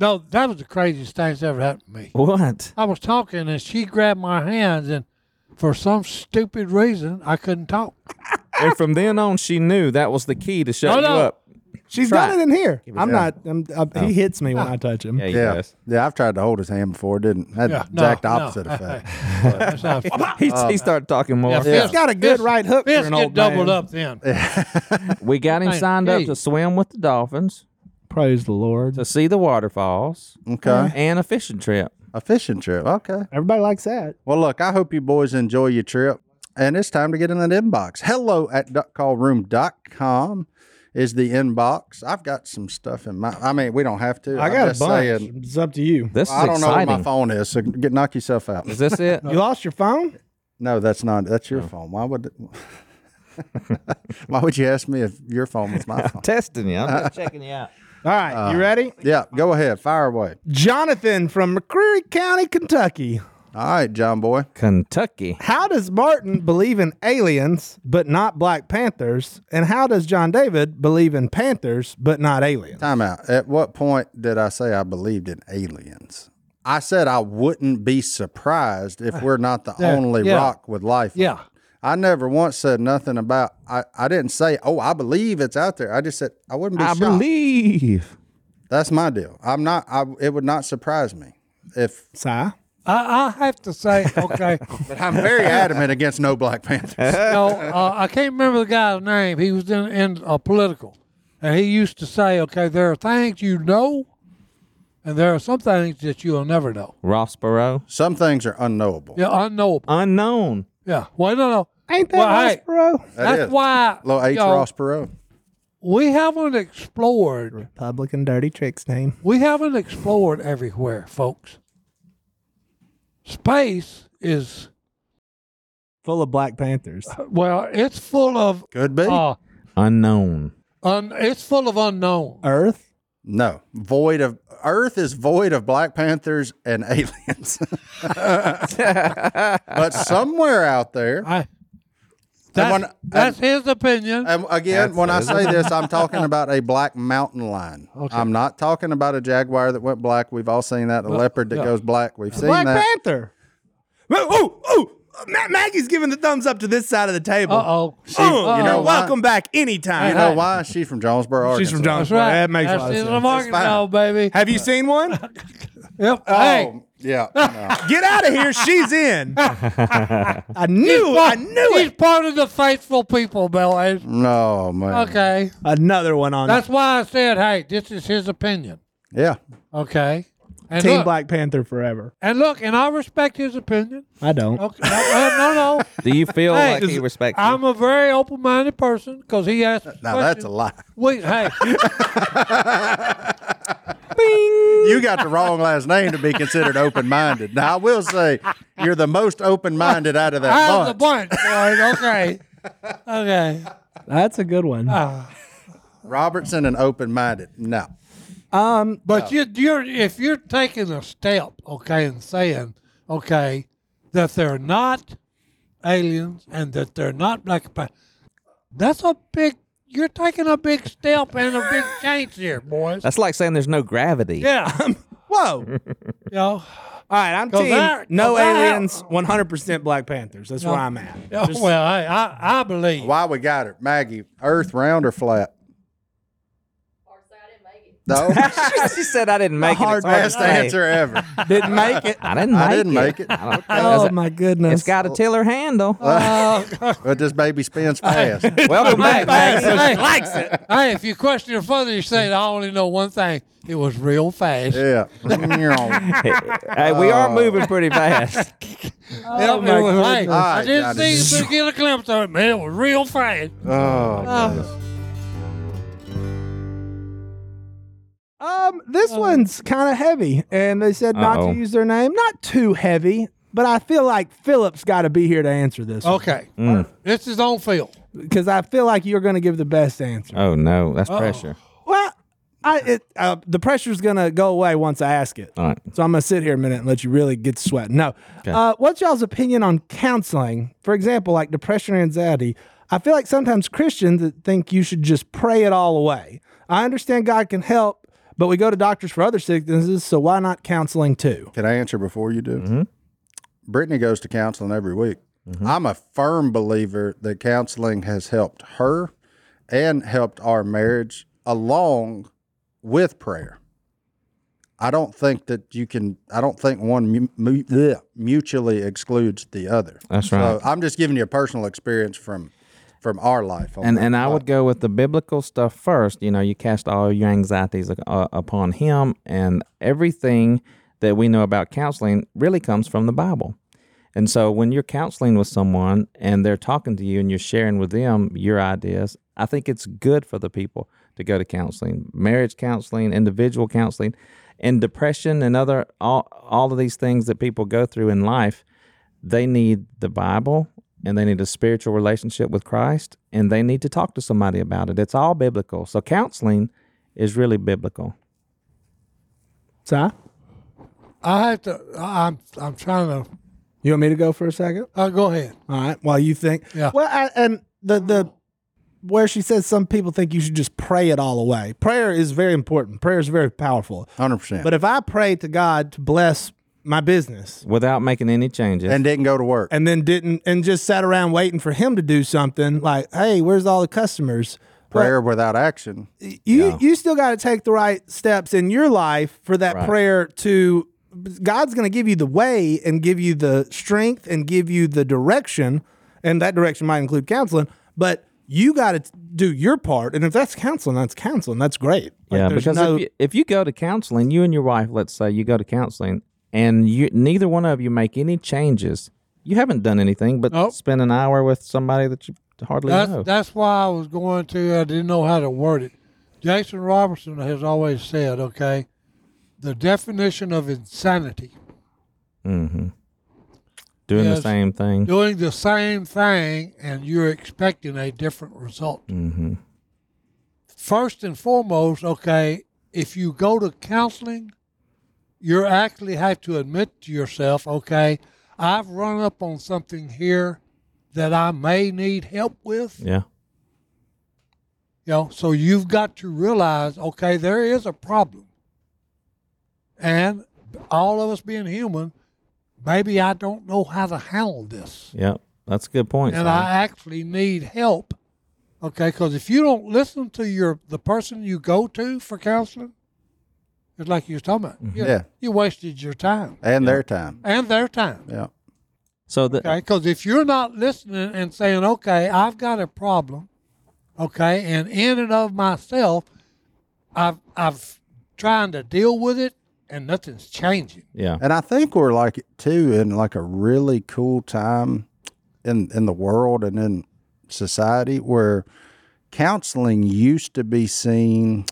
Speaker 1: No, that was the craziest thing that's ever happened to me.
Speaker 4: What?
Speaker 1: I was talking and she grabbed my hands and for some stupid reason I couldn't talk.
Speaker 4: and from then on, she knew that was the key to shut
Speaker 1: No,
Speaker 4: you
Speaker 1: no.
Speaker 4: up.
Speaker 2: She's
Speaker 4: Try
Speaker 2: done
Speaker 4: it. Oh.
Speaker 2: it in here. I'm not. I'm, I, He hits me when I touch him.
Speaker 4: Yeah, he
Speaker 3: Yeah,
Speaker 4: does.
Speaker 3: yeah. I've tried to hold his hand before. Didn't had
Speaker 1: Yeah,
Speaker 3: the
Speaker 1: no,
Speaker 3: exact
Speaker 1: no.
Speaker 3: opposite effect.
Speaker 1: That's how
Speaker 4: He,
Speaker 3: Uh,
Speaker 4: he started talking more.
Speaker 1: Yeah.
Speaker 2: He's got a good
Speaker 1: Fist-
Speaker 2: right hook for
Speaker 1: fists
Speaker 2: an
Speaker 1: get
Speaker 2: old
Speaker 1: doubled
Speaker 2: man.
Speaker 1: up then.
Speaker 4: We got him
Speaker 1: Hey,
Speaker 4: signed up
Speaker 1: hey.
Speaker 4: to swim with the dolphins,
Speaker 2: Praise the Lord.
Speaker 4: to see the waterfalls,
Speaker 3: Okay,
Speaker 4: and a fishing trip.
Speaker 3: a fishing trip. Okay.
Speaker 2: Everybody likes that.
Speaker 3: Well, look, I hope you boys enjoy your trip. And it's time to get in that inbox. Hello at duckcallroom.com is the inbox. I've got some stuff in my, I mean, we don't have to.
Speaker 2: I
Speaker 3: I'm
Speaker 2: got a
Speaker 3: just
Speaker 2: bunch.
Speaker 3: saying,
Speaker 2: It's up to you.
Speaker 4: This is
Speaker 3: I don't know where
Speaker 4: exciting.
Speaker 3: my phone is, so get, knock yourself out.
Speaker 4: Is this it? Oh.
Speaker 2: You lost your phone?
Speaker 3: No, that's not, that's your phone. Why would, why would you ask me if your phone was my phone?
Speaker 4: Testing you. I'm just checking you out.
Speaker 2: All right,
Speaker 3: Uh.
Speaker 2: you ready?
Speaker 3: Yeah, go ahead, fire away.
Speaker 2: Jonathan from McCreary County, Kentucky.
Speaker 3: All right, John Boy.
Speaker 4: Kentucky.
Speaker 2: How does Martin believe in aliens but not Black Panthers? And how does John David believe in Panthers but not aliens?
Speaker 3: Time out. At what point did I say I believed in aliens? I said I wouldn't be surprised if we're not the only
Speaker 1: yeah.
Speaker 3: rock with life. on
Speaker 1: Yeah.
Speaker 3: it. I never once said nothing about I, I didn't say, Oh, I believe it's out there. I just said I wouldn't be
Speaker 4: I
Speaker 3: shocked.
Speaker 4: believe.
Speaker 3: That's my deal. I'm not I it would not surprise me if
Speaker 2: Sigh.
Speaker 1: I, I have to say, okay,
Speaker 3: but I'm very adamant against no Black Panthers.
Speaker 1: no, uh, I can't remember the guy's name. He was in, in uh, political, and he used to say, okay, there are things you know, and there are some things that you'll never know.
Speaker 4: Ross Perot.
Speaker 3: Some things are unknowable.
Speaker 1: Yeah, unknowable.
Speaker 4: Unknown.
Speaker 1: Yeah. Well, no, no.
Speaker 2: Ain't that
Speaker 1: Well,
Speaker 2: nice,
Speaker 1: hey,
Speaker 2: bro?
Speaker 3: That
Speaker 1: That's
Speaker 3: is.
Speaker 1: why
Speaker 3: Little H.
Speaker 1: you know,
Speaker 3: Ross Perot.
Speaker 1: we haven't explored.
Speaker 2: Republican dirty tricks name.
Speaker 1: We haven't explored everywhere, folks. Space is
Speaker 2: Full of Black Panthers.
Speaker 1: Uh, well, it's full of
Speaker 3: Could be.
Speaker 1: uh,
Speaker 4: Unknown.
Speaker 1: un, it's full of unknown.
Speaker 2: Earth?
Speaker 3: No, void of Earth is void of Black Panthers and aliens. but somewhere out there,
Speaker 1: I, that's,
Speaker 3: when-
Speaker 1: that's his opinion.
Speaker 3: and again, when I say this, I'm talking about a black mountain lion. I'm not talking about a jaguar that went black. We've all seen that. A leopard that
Speaker 1: yeah.
Speaker 3: goes black. We've seen
Speaker 2: Black
Speaker 3: that.
Speaker 2: Panther. Oh, oh, oh. Ma- Maggie's giving the thumbs up to this side of the table.
Speaker 1: uh oh.
Speaker 2: Oh,
Speaker 3: you know
Speaker 2: you're
Speaker 3: why?
Speaker 2: welcome back anytime.
Speaker 3: You know why? She's from Jonesboro, Arkansas.
Speaker 2: She's from John.
Speaker 1: That's right.
Speaker 2: That makes
Speaker 1: that's
Speaker 2: a lot of
Speaker 1: in the
Speaker 2: sense.
Speaker 1: market
Speaker 3: fine.
Speaker 1: now, baby.
Speaker 2: Have you seen one?
Speaker 1: Yep.
Speaker 3: Oh,
Speaker 1: hey,
Speaker 3: yeah. no.
Speaker 2: Get out of here. She's in. I knew. I knew
Speaker 1: he's
Speaker 2: it.
Speaker 1: part of the faithful people, Billy.
Speaker 3: No, man.
Speaker 1: Okay.
Speaker 2: Another one on
Speaker 1: That's why I said, hey, this is his opinion.
Speaker 3: Yeah.
Speaker 1: Okay. And
Speaker 2: Team
Speaker 1: look,
Speaker 2: Black Panther forever.
Speaker 1: and look, and I respect his opinion.
Speaker 2: I don't.
Speaker 1: Okay. No, no, no, no.
Speaker 4: Do you feel
Speaker 1: Hey,
Speaker 4: like
Speaker 1: is-
Speaker 4: he respects you?
Speaker 1: I'm a very open-minded person because he asked.
Speaker 3: Now that's a lie.
Speaker 1: Wait, hey,
Speaker 3: You got the wrong last name to be considered open minded. Now I will say you're the most open minded out of that
Speaker 1: I'm the
Speaker 3: bunch.
Speaker 1: bunch. Boy. Okay, okay.
Speaker 2: That's a good one.
Speaker 1: Ah.
Speaker 3: Robertson and open minded. No.
Speaker 2: Um,
Speaker 1: But you, you're if you're taking a step, okay, and saying, okay, that they're not aliens and that they're not black, Pan- that's a big. You're taking a big step and a big change here, boys.
Speaker 4: That's like saying there's no gravity.
Speaker 1: Yeah, you
Speaker 2: Whoa.
Speaker 1: know.
Speaker 2: All right, I'm team
Speaker 1: that-
Speaker 2: no
Speaker 1: go that.
Speaker 2: aliens, 100% Black Panthers. That's where I'm at.
Speaker 1: Yeah,
Speaker 2: Just-
Speaker 1: well, I, I, I believe.
Speaker 3: Why we got her? Maggie, earth round or flat? No.
Speaker 4: she said I didn't make
Speaker 2: hard
Speaker 4: it. It's hard
Speaker 3: Best
Speaker 4: to say.
Speaker 3: answer ever.
Speaker 2: didn't make it.
Speaker 4: I didn't make
Speaker 3: I
Speaker 4: it.
Speaker 3: didn't make it. Oh.
Speaker 4: I
Speaker 2: Oh
Speaker 4: don't-
Speaker 2: my goodness!
Speaker 4: it's got a tiller handle.
Speaker 3: Uh, But this baby spins fast.
Speaker 4: Welcome back, Maggie.
Speaker 1: hey, likes it. Hey, if you question her further, you say, I only know one thing. It was real fast.
Speaker 3: Yeah. All
Speaker 4: Hey, we are
Speaker 3: Oh.
Speaker 4: moving pretty fast.
Speaker 2: Oh
Speaker 1: Yep, it was, hey, I
Speaker 3: right,
Speaker 1: didn't
Speaker 3: got
Speaker 1: see
Speaker 3: it.
Speaker 1: you but get a glimpse of it, man. It was real fast.
Speaker 3: Oh,
Speaker 2: Um, this one's kind of heavy, and they said not
Speaker 4: Uh-oh.
Speaker 2: to use their name. Not too heavy, but I feel like Philip's got to be here to answer this
Speaker 1: Okay. This is on field.
Speaker 2: because I feel like you're going to give the best answer.
Speaker 4: Oh no, that's pressure.
Speaker 2: Well, I it, uh, the pressure's going to go away once I ask it.
Speaker 4: All right.
Speaker 2: So I'm gonna sit here a minute and let you really get sweating. No, uh, what's y'all's opinion on counseling? For example, like depression or anxiety. I feel like sometimes Christians that think you should just pray it all away. I understand God can help, but we go to doctors for other sicknesses, so why not counseling too?
Speaker 3: Can I answer before you do?
Speaker 4: Mm-hmm.
Speaker 3: Brittany goes to counseling every week. I'm a firm believer that counseling has helped her and helped our marriage along with prayer. I don't think that you can, I don't think one mu- mu- bleh, mutually excludes the other.
Speaker 4: That's
Speaker 3: So
Speaker 4: right.
Speaker 3: I'm just giving you a personal experience from from our life. on
Speaker 4: And
Speaker 3: that.
Speaker 4: and I would go with the biblical stuff first. You know, you cast all your anxieties uh, upon Him, and everything that we know about counseling really comes from the Bible. And so, when you're counseling with someone and they're talking to you and you're sharing with them your ideas, I think it's good for the people to go to counseling, marriage counseling, individual counseling, and depression and other all all of these things that people go through in life. they need the Bible and they need a spiritual relationship with Christ and they need to talk to somebody about it. It's all biblical. So counseling is really biblical.
Speaker 2: Si,
Speaker 1: I have to, I- I'm, I'm trying to,
Speaker 2: you want me to go for a second?
Speaker 1: uh, go ahead.
Speaker 2: All right. While you think,
Speaker 1: Yeah.
Speaker 2: Well, I, and the the where she says some people think you should just pray it all away. Prayer is very important. Prayer is very powerful.
Speaker 3: 100%.
Speaker 2: But if I pray to God to bless my business
Speaker 4: Without making any changes.
Speaker 3: and didn't go to work.
Speaker 2: and then didn't and just sat around waiting for him to do something like, hey, where's all the customers?
Speaker 3: prayer without action.
Speaker 2: You you still got to take the right steps in your life for that
Speaker 4: Right.
Speaker 2: prayer to God's going to give you the way and give you the strength and give you the direction and that direction might include counseling, but you got to do your part and if that's counseling, that's counseling. That's great. Like,
Speaker 4: yeah,
Speaker 2: there's
Speaker 4: because
Speaker 2: no-
Speaker 4: if, you, if you go to counseling, you and your wife, let's say you go to counseling and you neither one of you make any changes, you haven't done anything but
Speaker 1: Nope.
Speaker 4: spend an hour with somebody that you hardly know.
Speaker 1: That's, that's why I was going to, I didn't know how to word it. Jason Robertson has always said, okay, the definition of insanity,
Speaker 4: hmm Doing the
Speaker 1: Yes.
Speaker 4: same thing.
Speaker 1: doing the same thing and you're expecting a different result.
Speaker 4: hmm
Speaker 1: first and foremost, okay, if you go to counseling, you actually have to admit to yourself, okay, I've run up on something here that I may need help with.
Speaker 4: Yeah.
Speaker 1: You know, so you've got to realize, okay, there is a problem. And all of us being human, maybe I don't know how to handle this.
Speaker 4: Yep. That's a good point.
Speaker 1: And
Speaker 4: Simon.
Speaker 1: I actually need help. Okay, because if you don't listen to your the person you go to for counseling, it's like you was talking about. You,
Speaker 3: Mm-hmm. Yeah.
Speaker 1: You wasted your time
Speaker 3: and their time.
Speaker 1: and their time.
Speaker 3: Yeah.
Speaker 4: so the,
Speaker 1: Okay, because if you're not listening and saying, "Okay, I've got a problem," okay, and in and of myself, I've I've trying to deal with it, and nothing's changing.
Speaker 4: yeah.
Speaker 3: And I think we're like too in like a really cool time in in the world and in society where counseling used to be seen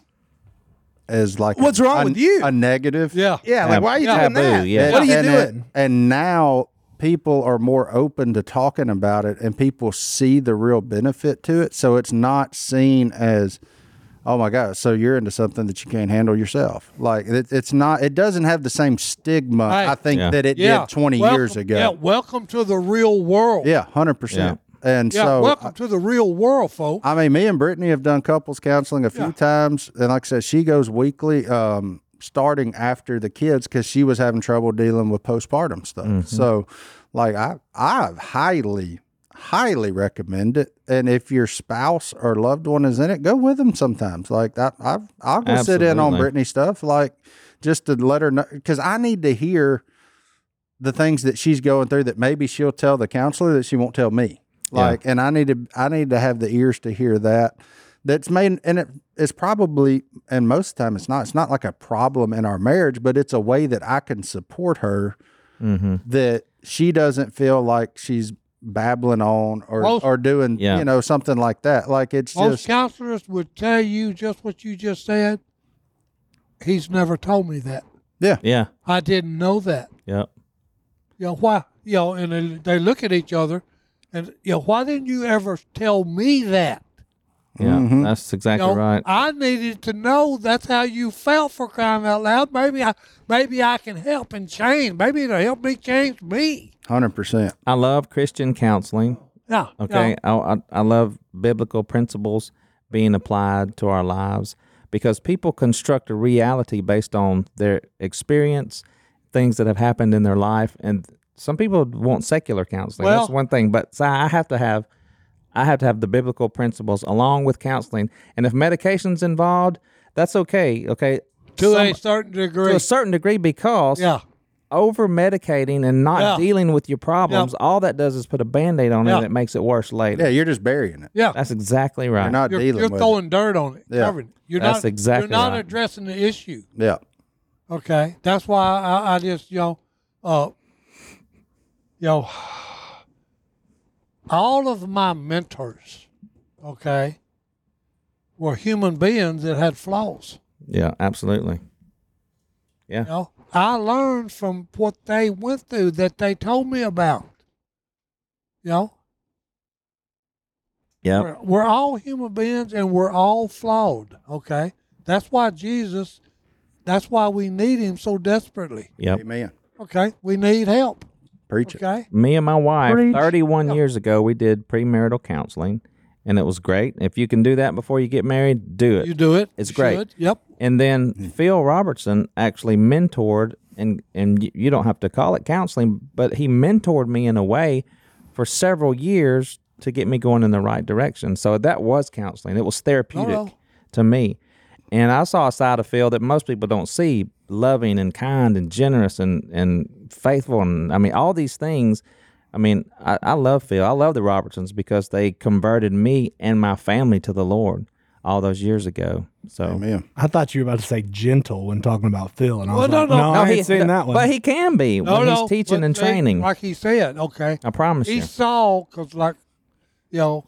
Speaker 3: as like
Speaker 2: What's wrong
Speaker 3: a-
Speaker 2: with you?
Speaker 3: a negative.
Speaker 1: Yeah.
Speaker 2: Yeah, like why are you
Speaker 1: Yeah.
Speaker 2: doing that?
Speaker 4: Taboo, yeah.
Speaker 3: And-
Speaker 2: What are you
Speaker 3: and it-
Speaker 2: doing?
Speaker 3: and now people are more open to talking about it and people see the real benefit to it. So it's not seen as, oh my God, so you're into something that you can't handle yourself. Like it, it's not, it doesn't have the same stigma,
Speaker 1: Right.
Speaker 3: I think,
Speaker 4: Yeah.
Speaker 3: that it
Speaker 1: Yeah,
Speaker 3: did 20
Speaker 1: welcome-
Speaker 3: years
Speaker 1: Yeah,
Speaker 3: ago.
Speaker 1: welcome to the real world.
Speaker 3: Yeah, 100%. And
Speaker 1: Yeah,
Speaker 3: so, uh,
Speaker 1: welcome to the real world, folks.
Speaker 3: I mean, me and Brittany have done couples counseling a few
Speaker 1: Yeah.
Speaker 3: times, and like I said, she goes weekly, um, starting after the kids because she was having trouble dealing with postpartum stuff. So, like, I I highly highly recommend it, and if your spouse or loved one is in it, go with them sometimes. Like, I I've, I'll go sit in on
Speaker 4: Absolutely.
Speaker 3: Brittany stuff, like just to let her know because I need to hear the things that she's going through that maybe she'll tell the counselor that she won't tell me. Like, and I need to I need to have the ears to hear that. That's made and it it's probably and most of the time it's not it's not like a problem in our marriage, but it's a way that I can support her
Speaker 4: Mm-hmm.
Speaker 3: that she doesn't feel like she's babbling on or
Speaker 1: Most-
Speaker 3: or doing
Speaker 4: Yeah.
Speaker 3: you know something like that. Like it's
Speaker 1: Most
Speaker 3: just
Speaker 1: counselors would tell you just what you just said. He's never told me that.
Speaker 4: Yeah.
Speaker 1: I didn't know that.
Speaker 4: Yep.
Speaker 1: You know why? You know, and they, they look at each other, and you know, why didn't you ever tell me that?
Speaker 4: Yeah.
Speaker 3: Mhm.
Speaker 4: That's exactly
Speaker 1: You know,
Speaker 4: right.
Speaker 1: I needed to know. That's how you felt for crying out loud. Maybe I, maybe I can help and change. Maybe it'll help me change me.
Speaker 3: hundred percent.
Speaker 4: I love Christian counseling.
Speaker 1: Yeah. you know,
Speaker 4: Okay. I, I, I love biblical principles being applied to our lives because people construct a reality based on their experience, things that have happened in their life. And some people want secular counseling. That's
Speaker 1: Well-
Speaker 4: one thing. But Si, I have to have. I have to have the biblical principles along with counseling. And if medication's involved, that's okay. Okay.
Speaker 1: to a
Speaker 4: Some-
Speaker 1: certain degree.
Speaker 4: to a certain degree because
Speaker 1: yeah.
Speaker 4: over medicating and not
Speaker 1: Yeah.
Speaker 4: dealing with your problems, all that does is put a band aid on it
Speaker 1: Yeah.
Speaker 4: and it makes it worse later.
Speaker 3: Yeah, you're just burying it.
Speaker 1: Yeah.
Speaker 4: That's exactly right.
Speaker 3: You're not
Speaker 1: You're,
Speaker 3: dealing
Speaker 1: you're
Speaker 3: with
Speaker 1: throwing dirt on it.
Speaker 3: Yeah.
Speaker 1: covering it. You're
Speaker 4: That's
Speaker 1: not,
Speaker 4: exactly
Speaker 1: You're not
Speaker 4: right.
Speaker 1: addressing the issue.
Speaker 3: it. Yeah.
Speaker 1: Okay, that's why I, I just you know, uh, you know, all of my mentors, okay, were human beings that had flaws.
Speaker 4: yeah, absolutely.
Speaker 1: You know, I learned from what they went through that they told me about. You know,
Speaker 4: Yeah.
Speaker 1: we're, we're all human beings and we're all flawed. Okay, that's why Jesus. That's why we need him so desperately.
Speaker 4: Yep.
Speaker 3: Amen.
Speaker 1: Okay, we need help.
Speaker 3: Preach it.
Speaker 1: Okay.
Speaker 4: Me and my wife,
Speaker 3: Preach.
Speaker 4: 31 years ago, we did premarital counseling and it was great. If you can do that before you get married, do it.
Speaker 1: You do it.
Speaker 4: It's
Speaker 1: You
Speaker 4: great.
Speaker 1: should. Yep.
Speaker 4: And then Phil Robertson actually mentored, and and y- you don't have to call it counseling, but he mentored me in a way for several years to get me going in the right direction. So that was counseling. It was therapeutic
Speaker 1: Oh, no.
Speaker 4: to me, and I saw a side of Phil that most people don't see: loving and kind and generous and and faithful, and I mean all these things. I mean, I, I love Phil. I love the Robertsons because they converted me and my family to the Lord all those years ago. So.
Speaker 3: Amen.
Speaker 2: I thought you were about to say gentle when talking about Phil, and I
Speaker 1: Well,
Speaker 2: was
Speaker 1: no,
Speaker 2: like,
Speaker 1: no.
Speaker 2: no,
Speaker 1: No,
Speaker 2: I ain't
Speaker 4: he-
Speaker 2: seen that one.
Speaker 4: But he can be when he's teaching
Speaker 1: but
Speaker 4: and
Speaker 1: see,
Speaker 4: training.
Speaker 1: Like he said, okay.
Speaker 4: I promise
Speaker 1: He
Speaker 4: you.
Speaker 1: saw, because, like, you know,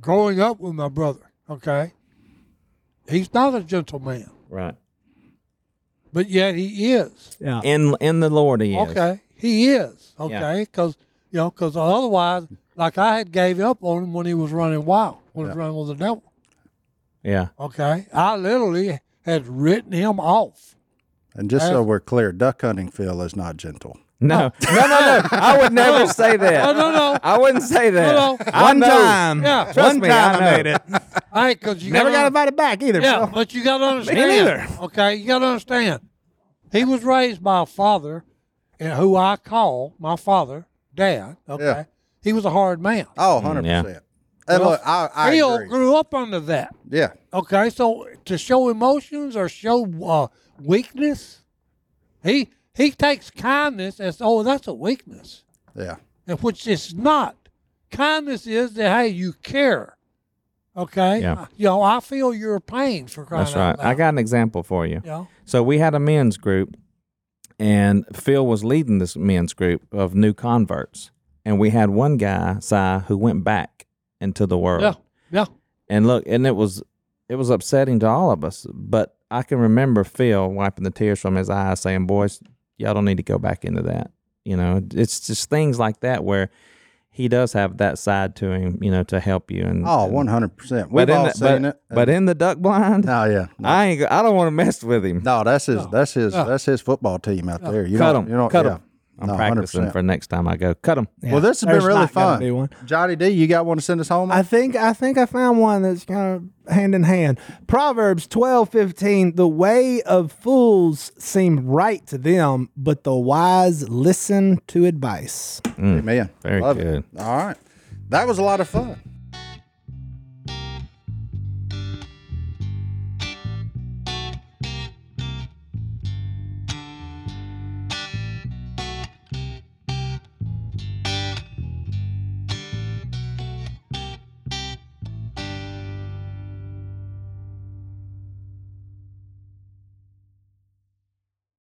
Speaker 1: growing up with my brother, okay, he's not a gentleman,
Speaker 4: Right.
Speaker 1: but yet he is.
Speaker 2: yeah.
Speaker 4: In in the Lord he is.
Speaker 1: Okay. He is. Okay. Because, you know, because otherwise, like, I had gave up on him when he was running wild, when he was running with the devil.
Speaker 4: Yeah.
Speaker 1: Okay. I literally has written him off.
Speaker 3: And just so we're clear, duck hunting Phil is not gentle.
Speaker 4: No, no, no, no. I would never say that.
Speaker 1: No, no, no.
Speaker 4: I wouldn't say that.
Speaker 1: No, no.
Speaker 4: I
Speaker 2: One
Speaker 4: know.
Speaker 2: time.
Speaker 1: Yeah.
Speaker 2: Trust
Speaker 4: Trust
Speaker 2: One
Speaker 4: me,
Speaker 2: time
Speaker 4: I
Speaker 2: I,
Speaker 4: know.
Speaker 2: made it.
Speaker 1: All right, because you
Speaker 2: Never got
Speaker 1: gotta-
Speaker 2: invited back either.
Speaker 1: Yeah,
Speaker 2: so.
Speaker 1: but you got to understand.
Speaker 2: neither.
Speaker 1: Okay, you got to understand. He was raised by a father, and who I call my father, Dad. Okay,
Speaker 3: Yeah.
Speaker 1: he was a hard man.
Speaker 3: Oh,
Speaker 4: Mm,
Speaker 3: 100%. And look, I, I
Speaker 1: Phil
Speaker 3: agree.
Speaker 1: grew up under that.
Speaker 3: Yeah.
Speaker 1: Okay, so to show emotions or show uh, weakness, he he takes kindness as oh that's a weakness,
Speaker 3: Yeah.
Speaker 1: and which it's not. Kindness is that hey you care. Okay,
Speaker 4: Yeah.
Speaker 1: you know I feel your pain for crying
Speaker 4: That's
Speaker 1: out
Speaker 4: right.
Speaker 1: loud.
Speaker 4: I got an example for you.
Speaker 1: You know?
Speaker 4: So we had a men's group, and Phil was leading this men's group of new converts. And we had one guy, Si, who went back into the world.
Speaker 1: Yeah, yeah.
Speaker 4: And look, and it was it was upsetting to all of us. But I can remember Phil wiping the tears from his eyes, saying, "Boys, y'all don't need to go back into that." You know, it's just things like that where he does have that side to him, you know, to help you. And
Speaker 3: Oh,
Speaker 4: one.
Speaker 3: 100%. We've all
Speaker 4: the,
Speaker 3: seen
Speaker 4: Mm. but,
Speaker 3: it.
Speaker 4: but in the duck blind,
Speaker 3: no, yeah. No,
Speaker 4: I ain't. go- I don't want to mess with him.
Speaker 3: no, that's his. That's his.
Speaker 1: No.
Speaker 3: That's his football team out there. You
Speaker 4: Oh, cut
Speaker 3: don't-
Speaker 4: him.
Speaker 3: You don't,
Speaker 4: cut
Speaker 3: yeah.
Speaker 4: him. I'm
Speaker 3: No,
Speaker 4: practicing
Speaker 3: 100%.
Speaker 4: for next time I go. Cut him.
Speaker 3: Well, this has
Speaker 2: There's
Speaker 3: been really
Speaker 2: not gonna
Speaker 3: fun.
Speaker 2: be one.
Speaker 3: Johnny D, you got one to send us home? on?
Speaker 2: I think I think I found one that's kind of hand in hand. Proverbs twelve fifteen. The way of fools seem right to them, but the wise listen to advice.
Speaker 3: Amen.
Speaker 4: Very
Speaker 3: Love
Speaker 4: good.
Speaker 3: It. All right. That was a lot of fun.